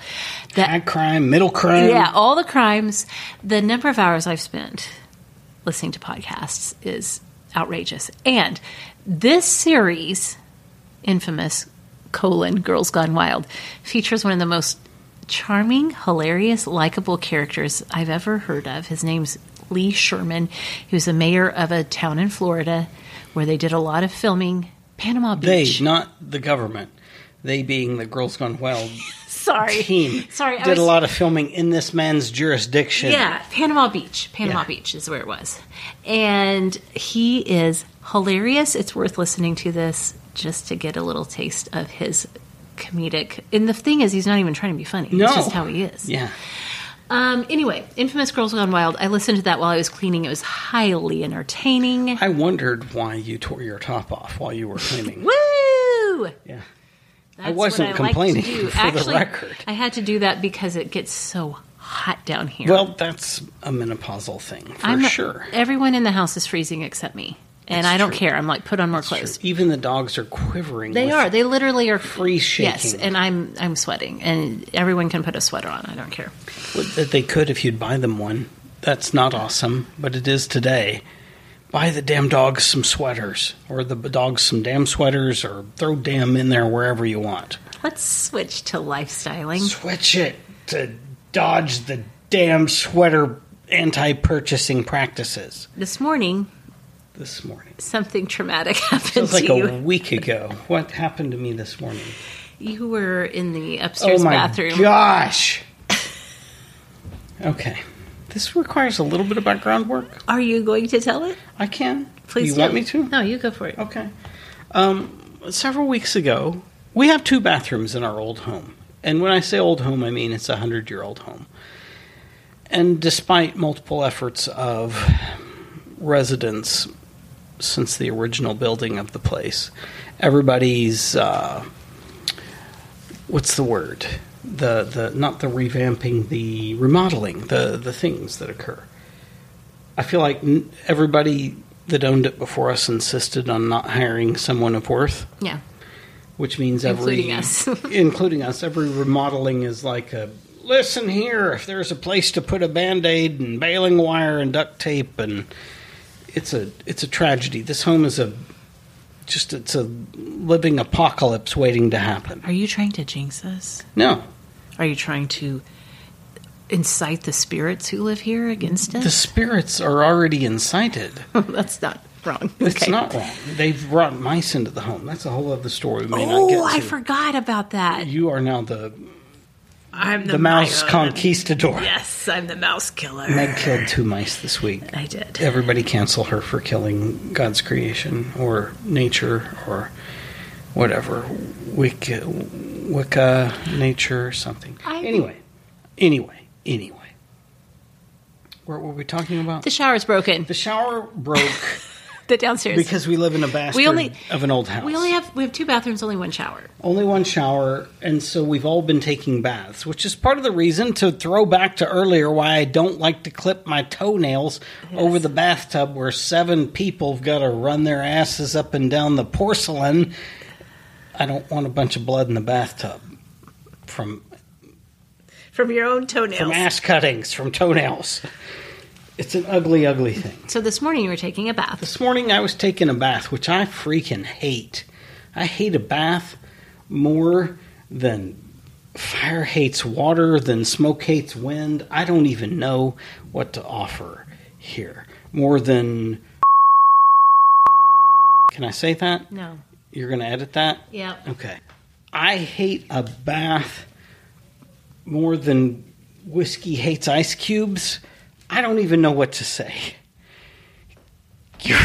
That
High crime, middle crime.
yeah, oh, all the crimes. The number of hours I've spent listening to podcasts is outrageous. And this series, infamous colon Girls Gone Wild, features one of the most charming, hilarious, likable characters I've ever heard of. His name's Lee Sherman. He was the mayor of a town in Florida where they did a lot of filming. Panama
They,
Beach.
not the government. They being the Girls Gone Wild
Sorry.
team.
Sorry. I
did a
was-
lot of filming in this man's jurisdiction.
Yeah, Panama Beach. Panama
Yeah.
Beach is where it was. And he is hilarious. It's worth listening to this just to get a little taste of his comedic. And the thing is, he's not even trying to be funny.
No.
It's just how he is.
Yeah.
Um, anyway, Infamous Girls Gone Wild. I listened to that while I was cleaning. It was highly entertaining.
I wondered why you tore your top off while you were cleaning.
Woo!
Yeah.
That's
wasn't
like to
complaining,
do.
for the
Actually,
record.
I had to do that because it gets so hot down here.
Well, that's a menopausal thing for
I'm
sure.
Everyone in the house is freezing except me, and
That's
I don't
true.
care. I'm like, put on more
It's
clothes.
true. Even the dogs are quivering.
They
with-
are. They literally are
Freeze
Yes,
shaking.
and I'm I'm sweating, and everyone can put a sweater on. I don't care.
Well, that they could if you'd buy them one. That's not awesome, but it is today. Buy the damn dogs some sweaters, or the b- dogs some damn sweaters, or throw damn in there wherever you want.
Let's switch to lifestyling.
Switch it to dodge the damn sweater anti-purchasing practices.
This morning,
This morning
something traumatic happened
feels like
to you.
a week ago. What happened to me this morning?
You were in the upstairs
oh my
bathroom.
gosh! okay, this requires a little bit of background work.
Are you going to tell it?
I can.
Please.
you
do.
want me to?
No, you go for it.
Okay. Um, several weeks ago, we have two bathrooms in our old home. And when I say old home, I mean it's a 100 year old home. And despite multiple efforts of residents since the original building of the place, everybody's uh, what's the word? The the not the revamping, the remodeling, the the things that occur. I feel like n- everybody that owned it before us insisted on not hiring someone of worth,
Yeah.
which means every
Including us.
including us, every remodeling is like a listen here. If there's a place to put a band aid and baling wire and duct tape, and it's a it's a tragedy. This home is a just it's a living apocalypse waiting to happen.
Are you trying to jinx us?
No,
Are you trying to incite the spirits who live here against
the
us?
spirits are already incited.
That's not wrong.
It's
okay.
not wrong. They've brought mice into the home. That's a whole other story. We may not get
Oh,
to.
I forgot about that.
You are now the
I'm
the mouse conquistador.
Yes, I'm the mouse killer.
Meg killed two mice this week.
I did.
Everybody cancel her for killing God's creation or nature or whatever. Wicca, Wicca nature or something.
I-
anyway, anyway, anyway. What were we talking about?
The shower's broken.
The shower broke
The downstairs.
because we live in a bastard
we only
of an old house.
We only have we have two bathrooms, only one shower.
only one shower, and so we've all been taking baths, which is part of the reason to throw back to earlier why I don't like to clip my toenails over the bathtub where seven people have got to run their asses up and down the porcelain. I don't want a bunch of blood in the bathtub from
From your own
from
toenails.
ass cuttings, from toenails. It's an ugly, ugly thing.
so this morning you were taking a bath.
This morning I was taking a bath, which I freaking hate. I hate a bath more than fire hates water, than smoke hates wind. I don't even know what to offer here. More than. Can I say that?
No.
You're going to edit that?
Yeah.
Okay. I hate a bath more than whiskey hates ice cubes. I don't even know what to say. You're,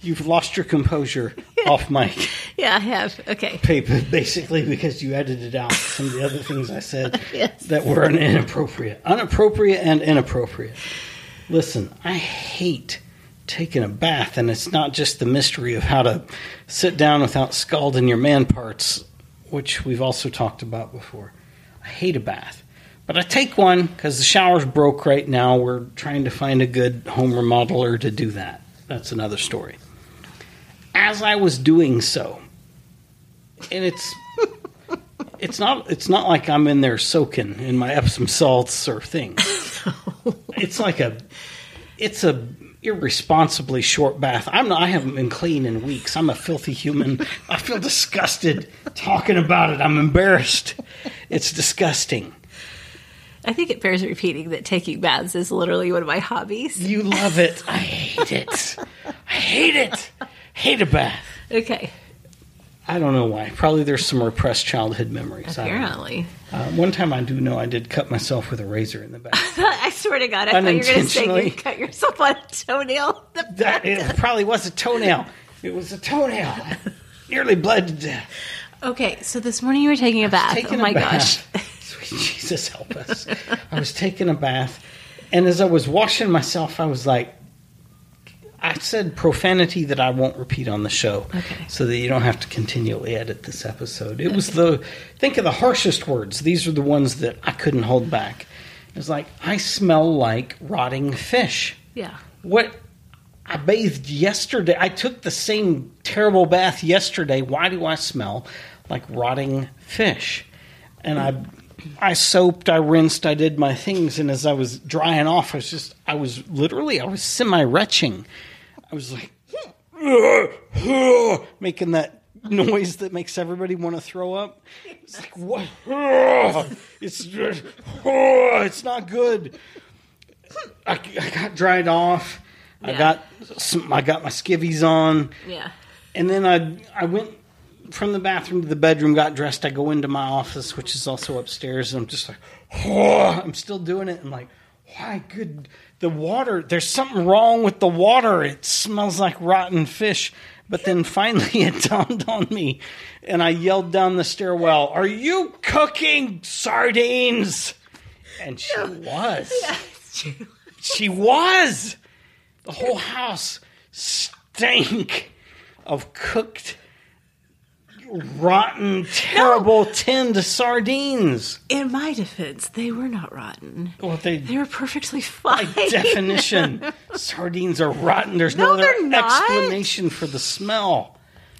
you've lost your composure off mic,
Yeah, I have. Okay.
paper, basically because you edited out some of the other things I said that were inappropriate. Unappropriate and inappropriate. Listen, I hate taking a bath, and it's not just the mystery of how to sit down without scalding your man parts, which we've also talked about before. I hate a bath, but I take one because the shower's broke right now. We're trying to find a good home remodeler to do that. That's another story. As I was doing so, and it's. It's not. It's not like I'm in there soaking in my Epsom salts or things. It's like a it's a irresponsibly short bath. I'm not, I haven't been clean in weeks. I'm a filthy human. I feel disgusted talking about it. I'm embarrassed. It's disgusting.
I think it bears repeating that taking baths is literally one of my hobbies.
You love it. I hate it. I hate it. Hate a bath.
Okay.
I don't know why. Probably there's some repressed childhood memories. I don't know.
Apparently.
Uh, one time I do know I did cut myself with a razor in the bath.
I swear to God, I thought you were going to say
Unintentionally.
you cut yourself on a toenail.
that it probably was a toenail. It was a toenail. nearly bled to death.
Okay, so this morning you were taking a bath.
Taking
oh my
a
gosh.
bath. Sweet Jesus, help us. I was taking a bath, and as I was washing myself, I was like, I said profanity that I won't repeat on the show,
Okay.
so that you don't have to continually edit this episode. It was the think of the harshest words. These are the ones that I couldn't hold back. It was like I smell like rotting fish.
Yeah.
What I bathed yesterday. I took the same terrible bath yesterday. Why do I smell like rotting fish? And I I soaped, I rinsed, I did my things and as I was drying off, I was just I was literally I was semi-retching. I was like making that noise that makes everybody want to throw up. It's like what it's it's not good. I, I got dried off. I
Yeah.
got some, I got my skivvies on,
Yeah.
and then I I went from the bathroom to the bedroom, got dressed. I go into my office, which is also upstairs, and I'm just like, "Oh," I'm still doing it. I'm like, why good? The water, there's something wrong with the water. It smells like rotten fish. But then finally it dawned on me, and I yelled down the stairwell, Are you cooking sardines? And she was she was. The whole house stank of cooked, rotten, terrible tinned sardines.
In my defense, they were not rotten.
Well, they,
They were perfectly fine.
by definition, sardines are rotten. There's
No,
no,
they're
other
not.
explanation for the smell.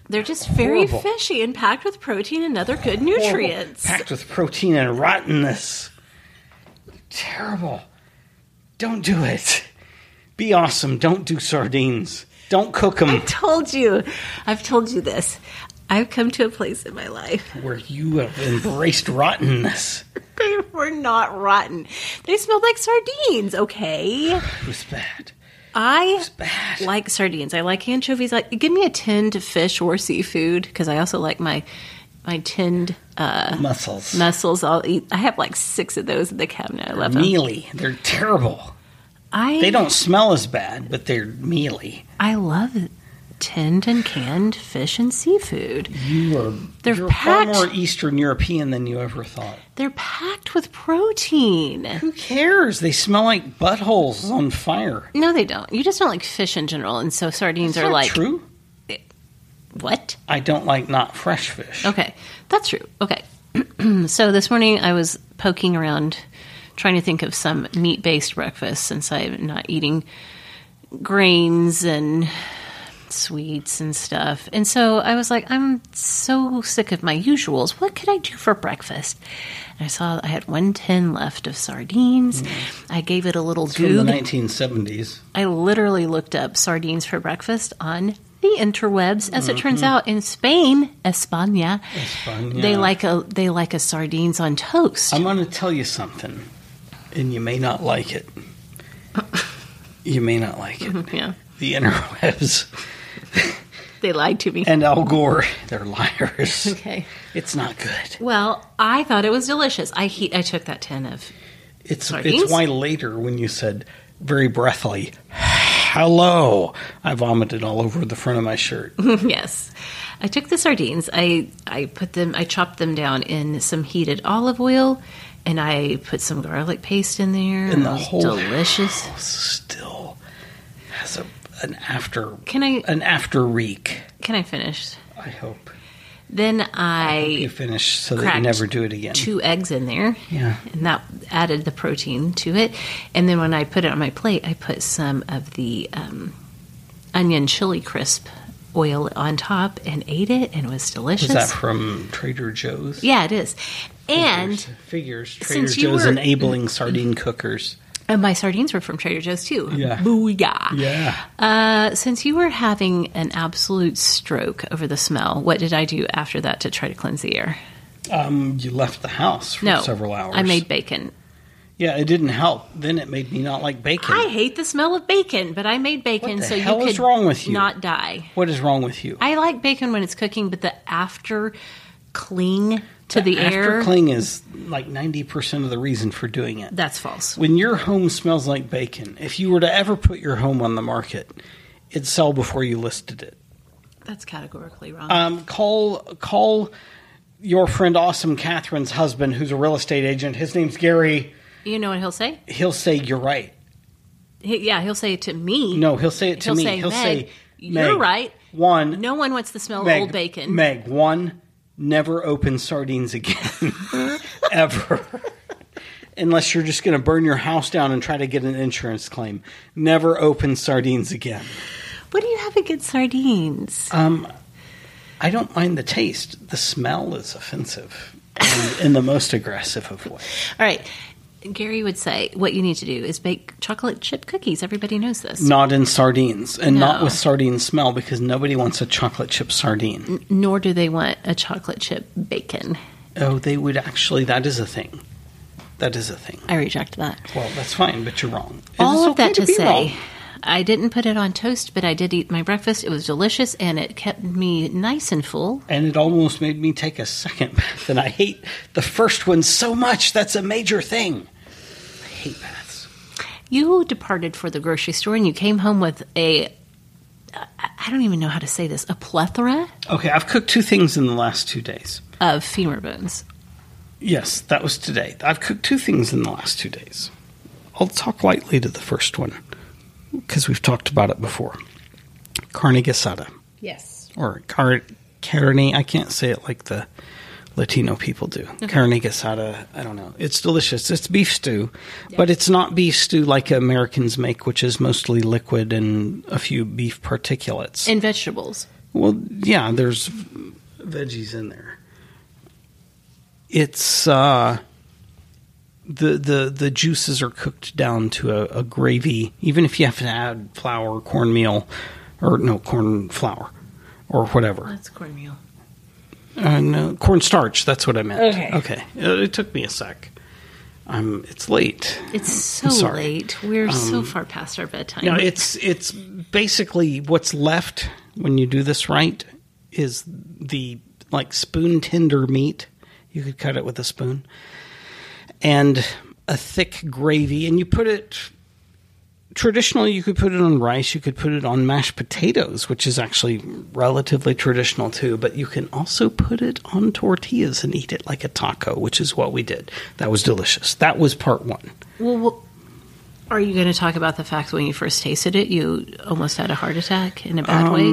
They're just very
Horrible.
fishy and packed with protein and other good nutrients.
Packed with protein and rottenness. Terrible. Don't do it. Be awesome. Don't do sardines. Don't cook them.
I told you. I've told you this. I've come to a place in my life
where you have embraced rottenness.
they were not rotten. They smelled like sardines, okay?
It was bad.
I
bad.
like sardines. I like anchovies. Like give me a tinned fish or seafood because I also like my my tinned uh,
Mussels.
mussels. I'll eat. I have like six of those in the cabinet. I love them.
mealy. They're terrible.
I
They don't smell as bad, but they're mealy.
I love tinned and canned fish and seafood.
You are
They're
you're
packed-
far more Eastern European than you ever thought.
They're packed with protein.
Who cares? They smell like buttholes on fire.
No, they don't. You just don't like fish in general, and so sardines
Is
are
that
like
true?
what?
I don't like not fresh fish.
Okay, that's true. Okay, so this morning I was poking around, trying to think of some meat-based breakfast since I'm not eating grains and sweets and stuff. And so I was like, I'm so sick of my usuals. What could I do for breakfast? And I saw I had one tin left of sardines. I gave it a little
Mm. It's From the
goog.
1970s.
I literally looked up sardines for breakfast on the interwebs. As it turns out, in Spain, España,
Mm-hmm. España.
they like a they like a sardines on toast.
I'm going to tell you something, and you may not like it. you may not like it.
yeah,
The interwebs
they lied to me.
and Al Gore, they're liars.
Okay.
It's not good.
Well, I thought it was delicious. I heat. I took that tin of.
It's
Sardines?
it's why later when you said very breathily, "Hello," I vomited all over the front of my shirt.
yes, I took the sardines. I I put them. I chopped them down in some heated olive oil, and I put some garlic paste in there.
And the
It was
whole
delicious.
house Still has a, an after
Can I-
an after reek.
Can I finish?
I hope
Then I
you finish so that you
cracked
never do it again.
Two eggs in there.
Yeah.
And that added the protein to it. And then when I put it on my plate, I put some of the um, onion chili crisp oil on top and ate it, and it was delicious.
Is that from Trader Joe's?
yeah, it is. And,
figures Trader
since you
Joe's
were-
enabling sardine cookers.
and uh, my sardines were from Trader Joe's too.
Yeah.
Booyah.
Yeah.
Uh, since you were having an absolute stroke over the smell, what did I do after that to try to cleanse the air?
Um, you left the house for
no.
several hours.
I made bacon.
yeah, it didn't help. Then it made me not like bacon.
I hate the smell of bacon, but I made bacon
the
so
hell
you could
is wrong with you?
not die.
what is wrong with you?
I like bacon when it's cooking, but the after cling to the,
after
air
cling is like 90% of the reason for doing it.
that's false.
When your home smells like bacon, if you were to ever put your home on the market, it'd sell before you listed it.
That's categorically wrong.
Um, call call your friend Awesome Catherine's husband, who's a real estate agent. His name's Gary.
you know what he'll say?
He'll say you're right.
He, yeah, he'll say to me.
No, he'll say it to
He'll
me.
say,
he'll
"Meg,
say,
you're
"Meg,
right.
One,
No one wants the smell
Meg,
of old bacon.
Meg, one, never open sardines again, ever. Unless you're just going to burn your house down and try to get an insurance claim. Never open sardines again.
What do you have against sardines?
I don't mind the taste. The smell is offensive in, in the most aggressive of ways.
All right. Gary would say what you need to do is bake chocolate chip cookies. Everybody knows this.
Not in sardines, and not
No.
with sardine smell because nobody wants a chocolate chip sardine.
Nor do they want a chocolate chip bacon.
Oh, they would actually. That is a thing. That is a thing.
I reject that.
Well, that's fine, but you're wrong.
All
It's
of
okay
that to,
be
say,
wrong.
I didn't put it on toast, but I did eat my breakfast. It was delicious and it kept me nice and full.
and it almost made me take a second bath. And I hate the first one so much. That's a major thing. I hate baths.
You departed for the grocery store and you came home with a I I don't even know how to say this, a plethora
Okay, I've cooked two things in the last two days.
of femur bones.
Yes, that was today. I've cooked two things in the last two days. I'll talk lightly to the first one because we've talked about it before. Carne asada. Yes. Or car- carne. I can't say it like the Latino people do. Carne asada. I don't know. It's delicious. It's beef stew, but it's not beef stew like Americans make, which is mostly liquid and a few beef particulates.
And vegetables.
Well, yeah, there's veggies in there. It's uh, the the the juices are cooked down to a, a gravy. Even if you have to add flour, cornmeal, or no corn flour, or whatever,
That's cornmeal.
uh, no cornstarch. That's what I meant.
Okay.
okay. Uh, It, took me a sec. I'm. It's late.
It's so
sorry. Um,
late. We're so far past our bedtime.
No, it's it's basically what's left when you do this right is the like spoon tender meat. You could cut it with a spoon, and a thick gravy, and you put it. Traditionally, you could put it on rice. You could put it on mashed potatoes, which is actually relatively traditional too. But you can also put it on tortillas and eat it like a taco, which is what we did. That was delicious. That was part one.
Well, well, are you going to talk about the fact when you first tasted it, you almost had a heart attack in a bad
Um,
way,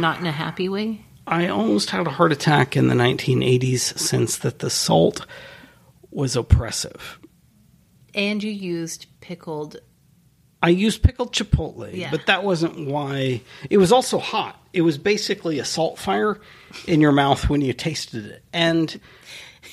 not in a happy way?
I almost had a heart attack in the 1980s since that the salt was oppressive.
And you used pickled.
I used pickled chipotle,
Yeah.
but that wasn't why. It was also hot. It was basically a salt fire in your mouth when you tasted it. And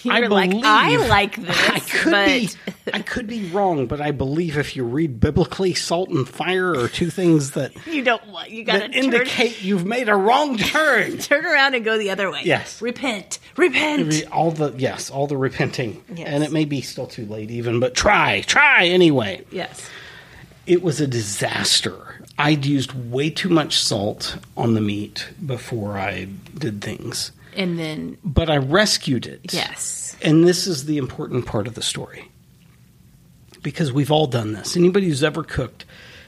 I
were like,
believe-
"I like this,
I could be I could be wrong, but I believe if you read biblically, salt and fire are two things that
You don't want. You got to
that
turn,
indicate you've made a wrong turn.
turn around and go the other way.
Yes.
Repent. Repent.
Re- all the yes, all the repenting,
Yes.
and it may be still too late even, but try, try anyway.
yes.
It was a disaster. I'd used way too much salt on the meat before I did things,
And then
but I rescued it.
yes.
and this is the important part of the story because we've all done this. Anybody who's ever cooked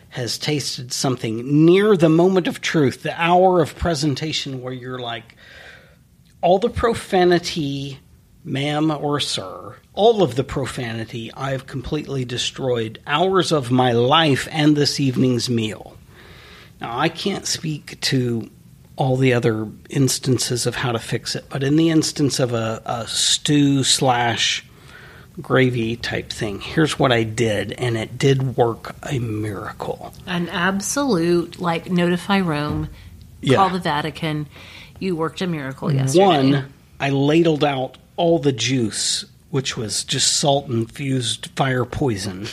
has tasted something near the moment of truth, the hour of presentation where you're like, all the profanity, ma'am or sir, all of the profanity I've completely destroyed hours of my life and this evening's meal. Now, I can't speak to all the other instances of how to fix it, but in the instance of a, a stew slash gravy type thing, here's what I did, and it did work a miracle.
An absolute, like, notify Rome, call the Vatican. You worked a miracle yesterday.
One, I ladled out all the juice, which was just salt infused fire poison,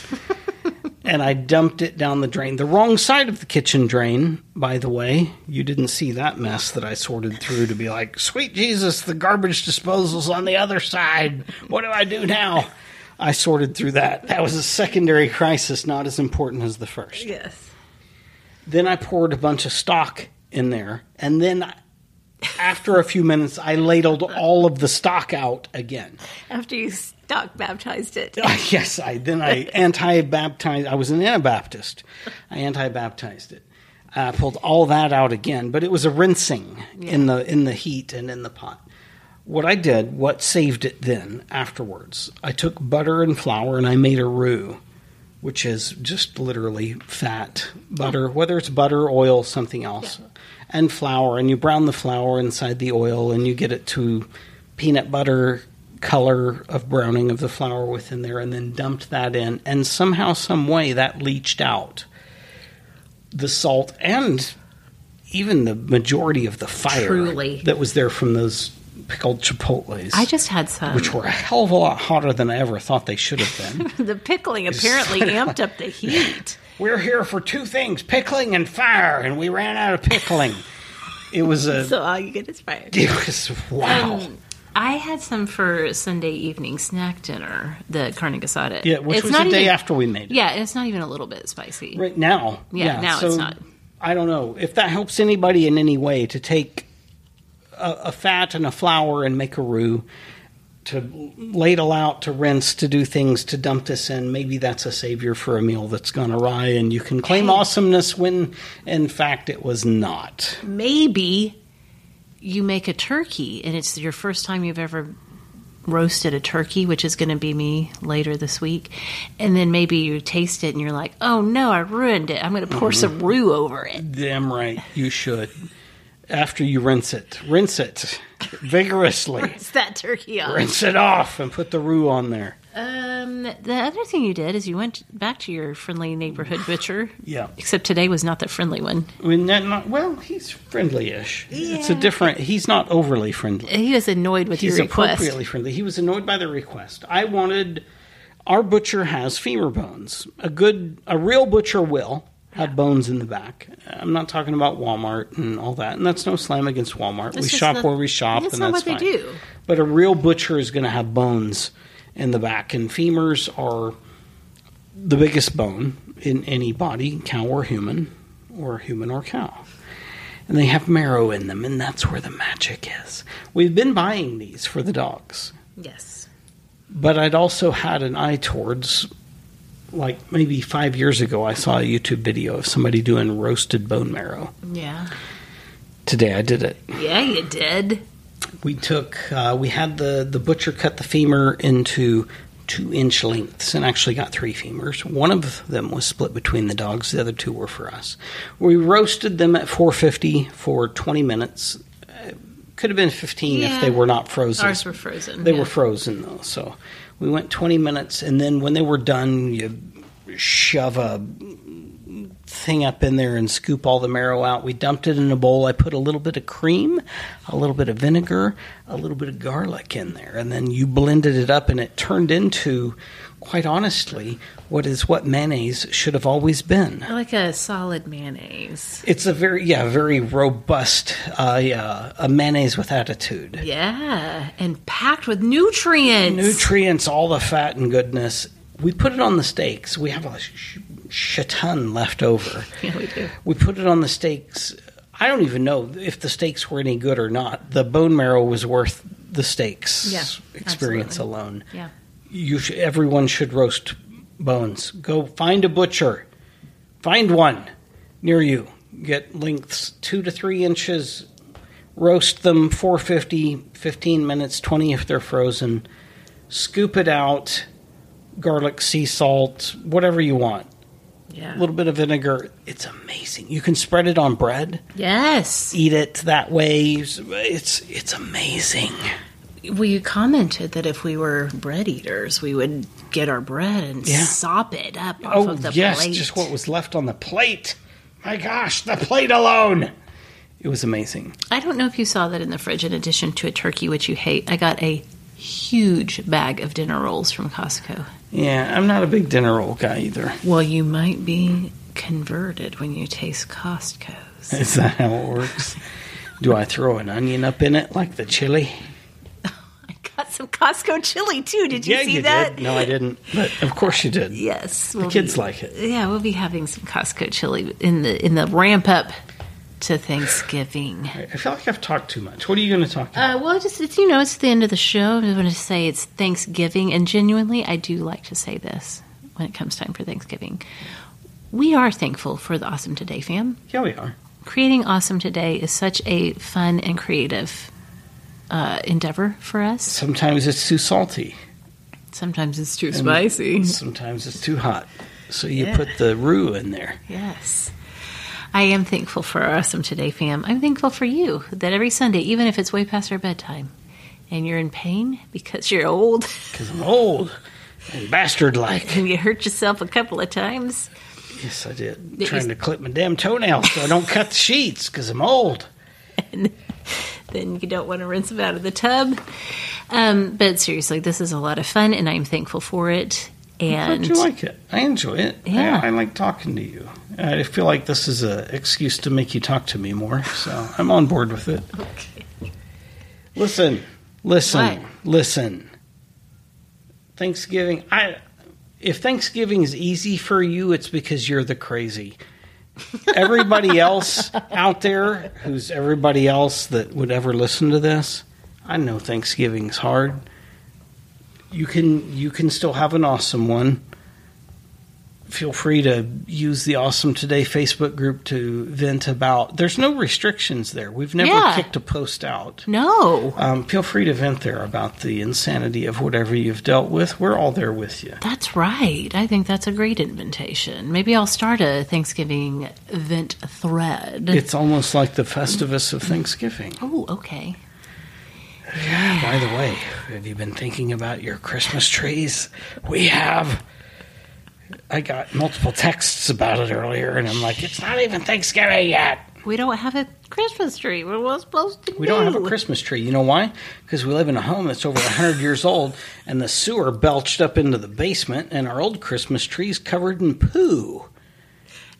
and I dumped it down the drain. The wrong side of the kitchen drain, by the way. You didn't see that mess that I sorted through to be like, sweet Jesus, the garbage disposal's on the other side. What do I do now? I sorted through that. That was a secondary crisis, not as important as the first.
Yes.
Then I poured a bunch of stock in there, and then after a few minutes, I ladled all of the stock out again.
After you stock baptized it.
yes, I then I anti-baptized. I was an Anabaptist. I anti-baptized it. I pulled all that out again, but it was a rinsing in the in the heat and in the pot. What I did, what saved it then afterwards, I took butter and flour and I made a roux, which is just literally fat, butter, whether it's butter, oil, something else, and flour. And you brown the flour inside the oil and you get it to peanut butter color of browning of the flour within there and then dumped that in and somehow some way that leached out the salt and even the majority of the fire
Truly.
that was there from those pickled chipotles
I just had some.
which were a hell of a lot hotter than I ever thought they should have been.
the pickling apparently amped up the heat.
we're here for two things pickling and fire, and we ran out of pickling. It was a.
So all you get is fire.
it was. Wow.
Um, I had some for Sunday evening snack dinner, the carne asada.
yeah, which
It's
was
not
the day
even-
after we made it.
Yeah, and it's not even a little bit spicy.
Right now.
Yeah, now it's not.
I don't know. If that helps anybody in any way to take a, a fat and a flour and make a roux. To ladle out, to rinse, to do things, to dump this in. Maybe that's a savior for a meal that's gone awry, and you can claim awesomeness when, in fact, it was not.
Maybe you make a turkey and it's your first time you've ever roasted a turkey, which is going to be me later this week. And then maybe you taste it and you're like, oh no, I ruined it. I'm going to pour
Mm-hmm.
some roux over it.
Damn right, you should. After you rinse it, rinse it vigorously.
It's that turkey off.
rinse it off and put the roux on there.
Um, the other thing you did is you went back to your friendly neighborhood butcher.
Yeah.
Except today was not the friendly one.
I mean, that not, well, he's friendly-ish. It's a different. He's not overly friendly.
He was annoyed with
He's
your request.
appropriately friendly. He was annoyed by the request. I wanted. Our butcher has femur bones. A good, a real butcher will have bones in the back. I'm not talking about Walmart and all that, and that's no slam against Walmart.
That's
we
just
shop
not-
where we shop,
that's
and
not
that's
what
fine.
they do.
But a real butcher is going to have bones in the back, and femurs are the biggest bone in any body, cow or human, or human or cow. And they have marrow in them, and that's where the magic is. We've been buying these for the dogs,
Yes.
but I'd also had an eye towards, like maybe five years ago, I saw a YouTube video of somebody doing roasted bone marrow.
Yeah.
Today I did it.
Yeah, you did.
we took uh, we had the the butcher cut the femur into two inch lengths and actually got three femurs one of them was split between the dogs the other two were for us we roasted them at 450 for 20 minutes Uh, could have been 15
Yeah.
if they were not frozen
Ours were frozen.
they
yeah.
were frozen though so we went 20 minutes and then when they were done you shove a thing up in there and scoop all the marrow out. We dumped it in a bowl. I put a little bit of cream, a little bit of vinegar, a little bit of garlic in there, and then you blended it up, and it turned into, quite honestly, what is what mayonnaise should have always been.
like a solid mayonnaise.
It's a very yeah, very robust uh, yeah, a mayonnaise with attitude.
Yeah, and packed with nutrients.
nutrients, all the fat and goodness. We put it on the steaks. We have a sh- shit ton left over.
Yeah, we do.
We put it on the steaks. I don't even know if the steaks were any good or not. The bone marrow was worth the steaks
Yeah,
experience
absolutely.
alone.
Yeah.
You sh- everyone should roast bones. Go find a butcher. Find one near you. Get lengths 2 to 3 inches. Roast them 450, 15 minutes, 20 if they're frozen. Scoop it out. Garlic, sea salt, whatever you want
Yeah.
a little bit of vinegar. It's amazing. You can spread it on bread,
yes.
eat it that way. It's it's amazing.
Well, you commented that if we were bread eaters, we would get our bread and
Yeah.
sop it up off
Oh
of the
yes,
plate.
just what was left on the plate. My gosh, the plate alone. It was amazing.
I don't know if you saw that in the fridge. In addition to a turkey, which you hate, I got a huge bag of dinner rolls from Costco.
Yeah, I'm not a big dinner roll guy either.
Well, you might be converted when you taste Costco's.
Is that how it works? Do I throw an onion up in it like the chili?
I got some Costco chili too. Did you
yeah,
see
you
that?
did. No, I didn't. But of course you did.
Yes,
The kids like it.
Yeah, we'll be having some Costco chili in the in the ramp up to Thanksgiving.
I I feel like I've talked too much. What are you going to talk about?
Uh, well, just it's you know it's the end of the show. I'm going to say it's Thanksgiving, and genuinely, I do like to say this when it comes time for Thanksgiving. We are thankful for the Awesome Today fam.
Yeah, we are.
Creating Awesome Today is such a fun and creative uh, endeavor for us.
Sometimes it's too salty.
Sometimes it's too
and
spicy.
Sometimes it's too hot. So you
Yeah.
put the roux in there.
Yes. I am thankful for our Awesome Today fam. I'm thankful for you that every Sunday, even if it's way past our bedtime, and you're in pain because you're old
Because I'm old and bastard like.
and you hurt yourself a couple of times,
Yes, I did.
That
Trying
is-
to clip my damn toenails so I don't cut the sheets because I'm old.
then you don't want to rinse them out of the tub. Um, but seriously, this is a lot of fun, and I'm thankful for it.
But
And
you like it. I enjoy it. I-
Yeah.
I, like talking to you. I feel like this is an excuse to make you talk to me more. So I'm on board with it.
Okay.
Listen, listen,
What?
listen. Thanksgiving, I if Thanksgiving is easy for you, it's because you're the crazy. Everybody else out there, who's everybody else that would ever listen to this, I know Thanksgiving's hard. You can you can still have an awesome one. Feel free to use the Awesome Today Facebook group to vent about. There's no restrictions there. We've never
Yeah.
kicked a post out.
no,
Um, feel free to vent there about the insanity of whatever you've dealt with. We're all there with you.
that's right. I think that's a great invitation. Maybe I'll start a Thanksgiving vent thread.
It's almost like the Festivus of Thanksgiving.
oh, okay.
By the way, have you been thinking about your Christmas trees? We have. I got multiple texts about it earlier, and I'm like, it's not even Thanksgiving yet.
We don't have a Christmas tree. We're not supposed to.
We don't have a
do.
Christmas tree. You know why? Because we live in a home that's over 100 years old, and the sewer belched up into the basement, and our old Christmas tree's covered in poo.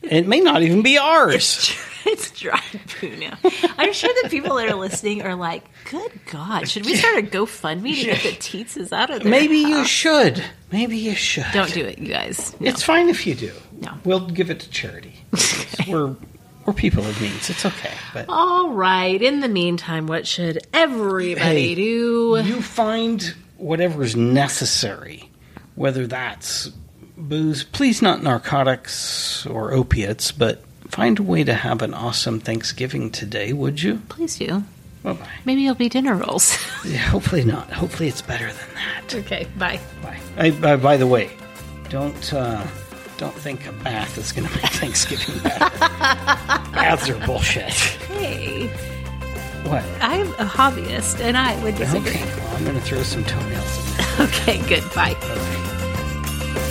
It may not even be ours.
It's dry poo now. I'm sure the people that are listening are like, "Good God, should we start a GoFundMe to get the teetses out of there?" Uh,
Maybe you should. Maybe you should.
Uh-huh. Don't do it, you guys. No.
It's fine if you do.
No.
We'll give it to charity. we're we're people of means. It's okay. But
All right. In the meantime, what should everybody
Hey.
do?
you find whatever's necessary, whether that's booze, please not narcotics or opiates, but find a way to have an awesome Thanksgiving today, would you?
Please do.
Bye bye.
Maybe it'll be dinner rolls.
Yeah, hopefully not. Hopefully it's better than that.
okay. Bye.
Bye. I, I, by the way, don't uh, don't think a bath is going to make Thanksgiving better. Baths are bullshit.
Hey,
What?
I'm a hobbyist, and I would disagree.
Okay, well, I'm going to throw some toenails in there.
Okay. Good. Bye.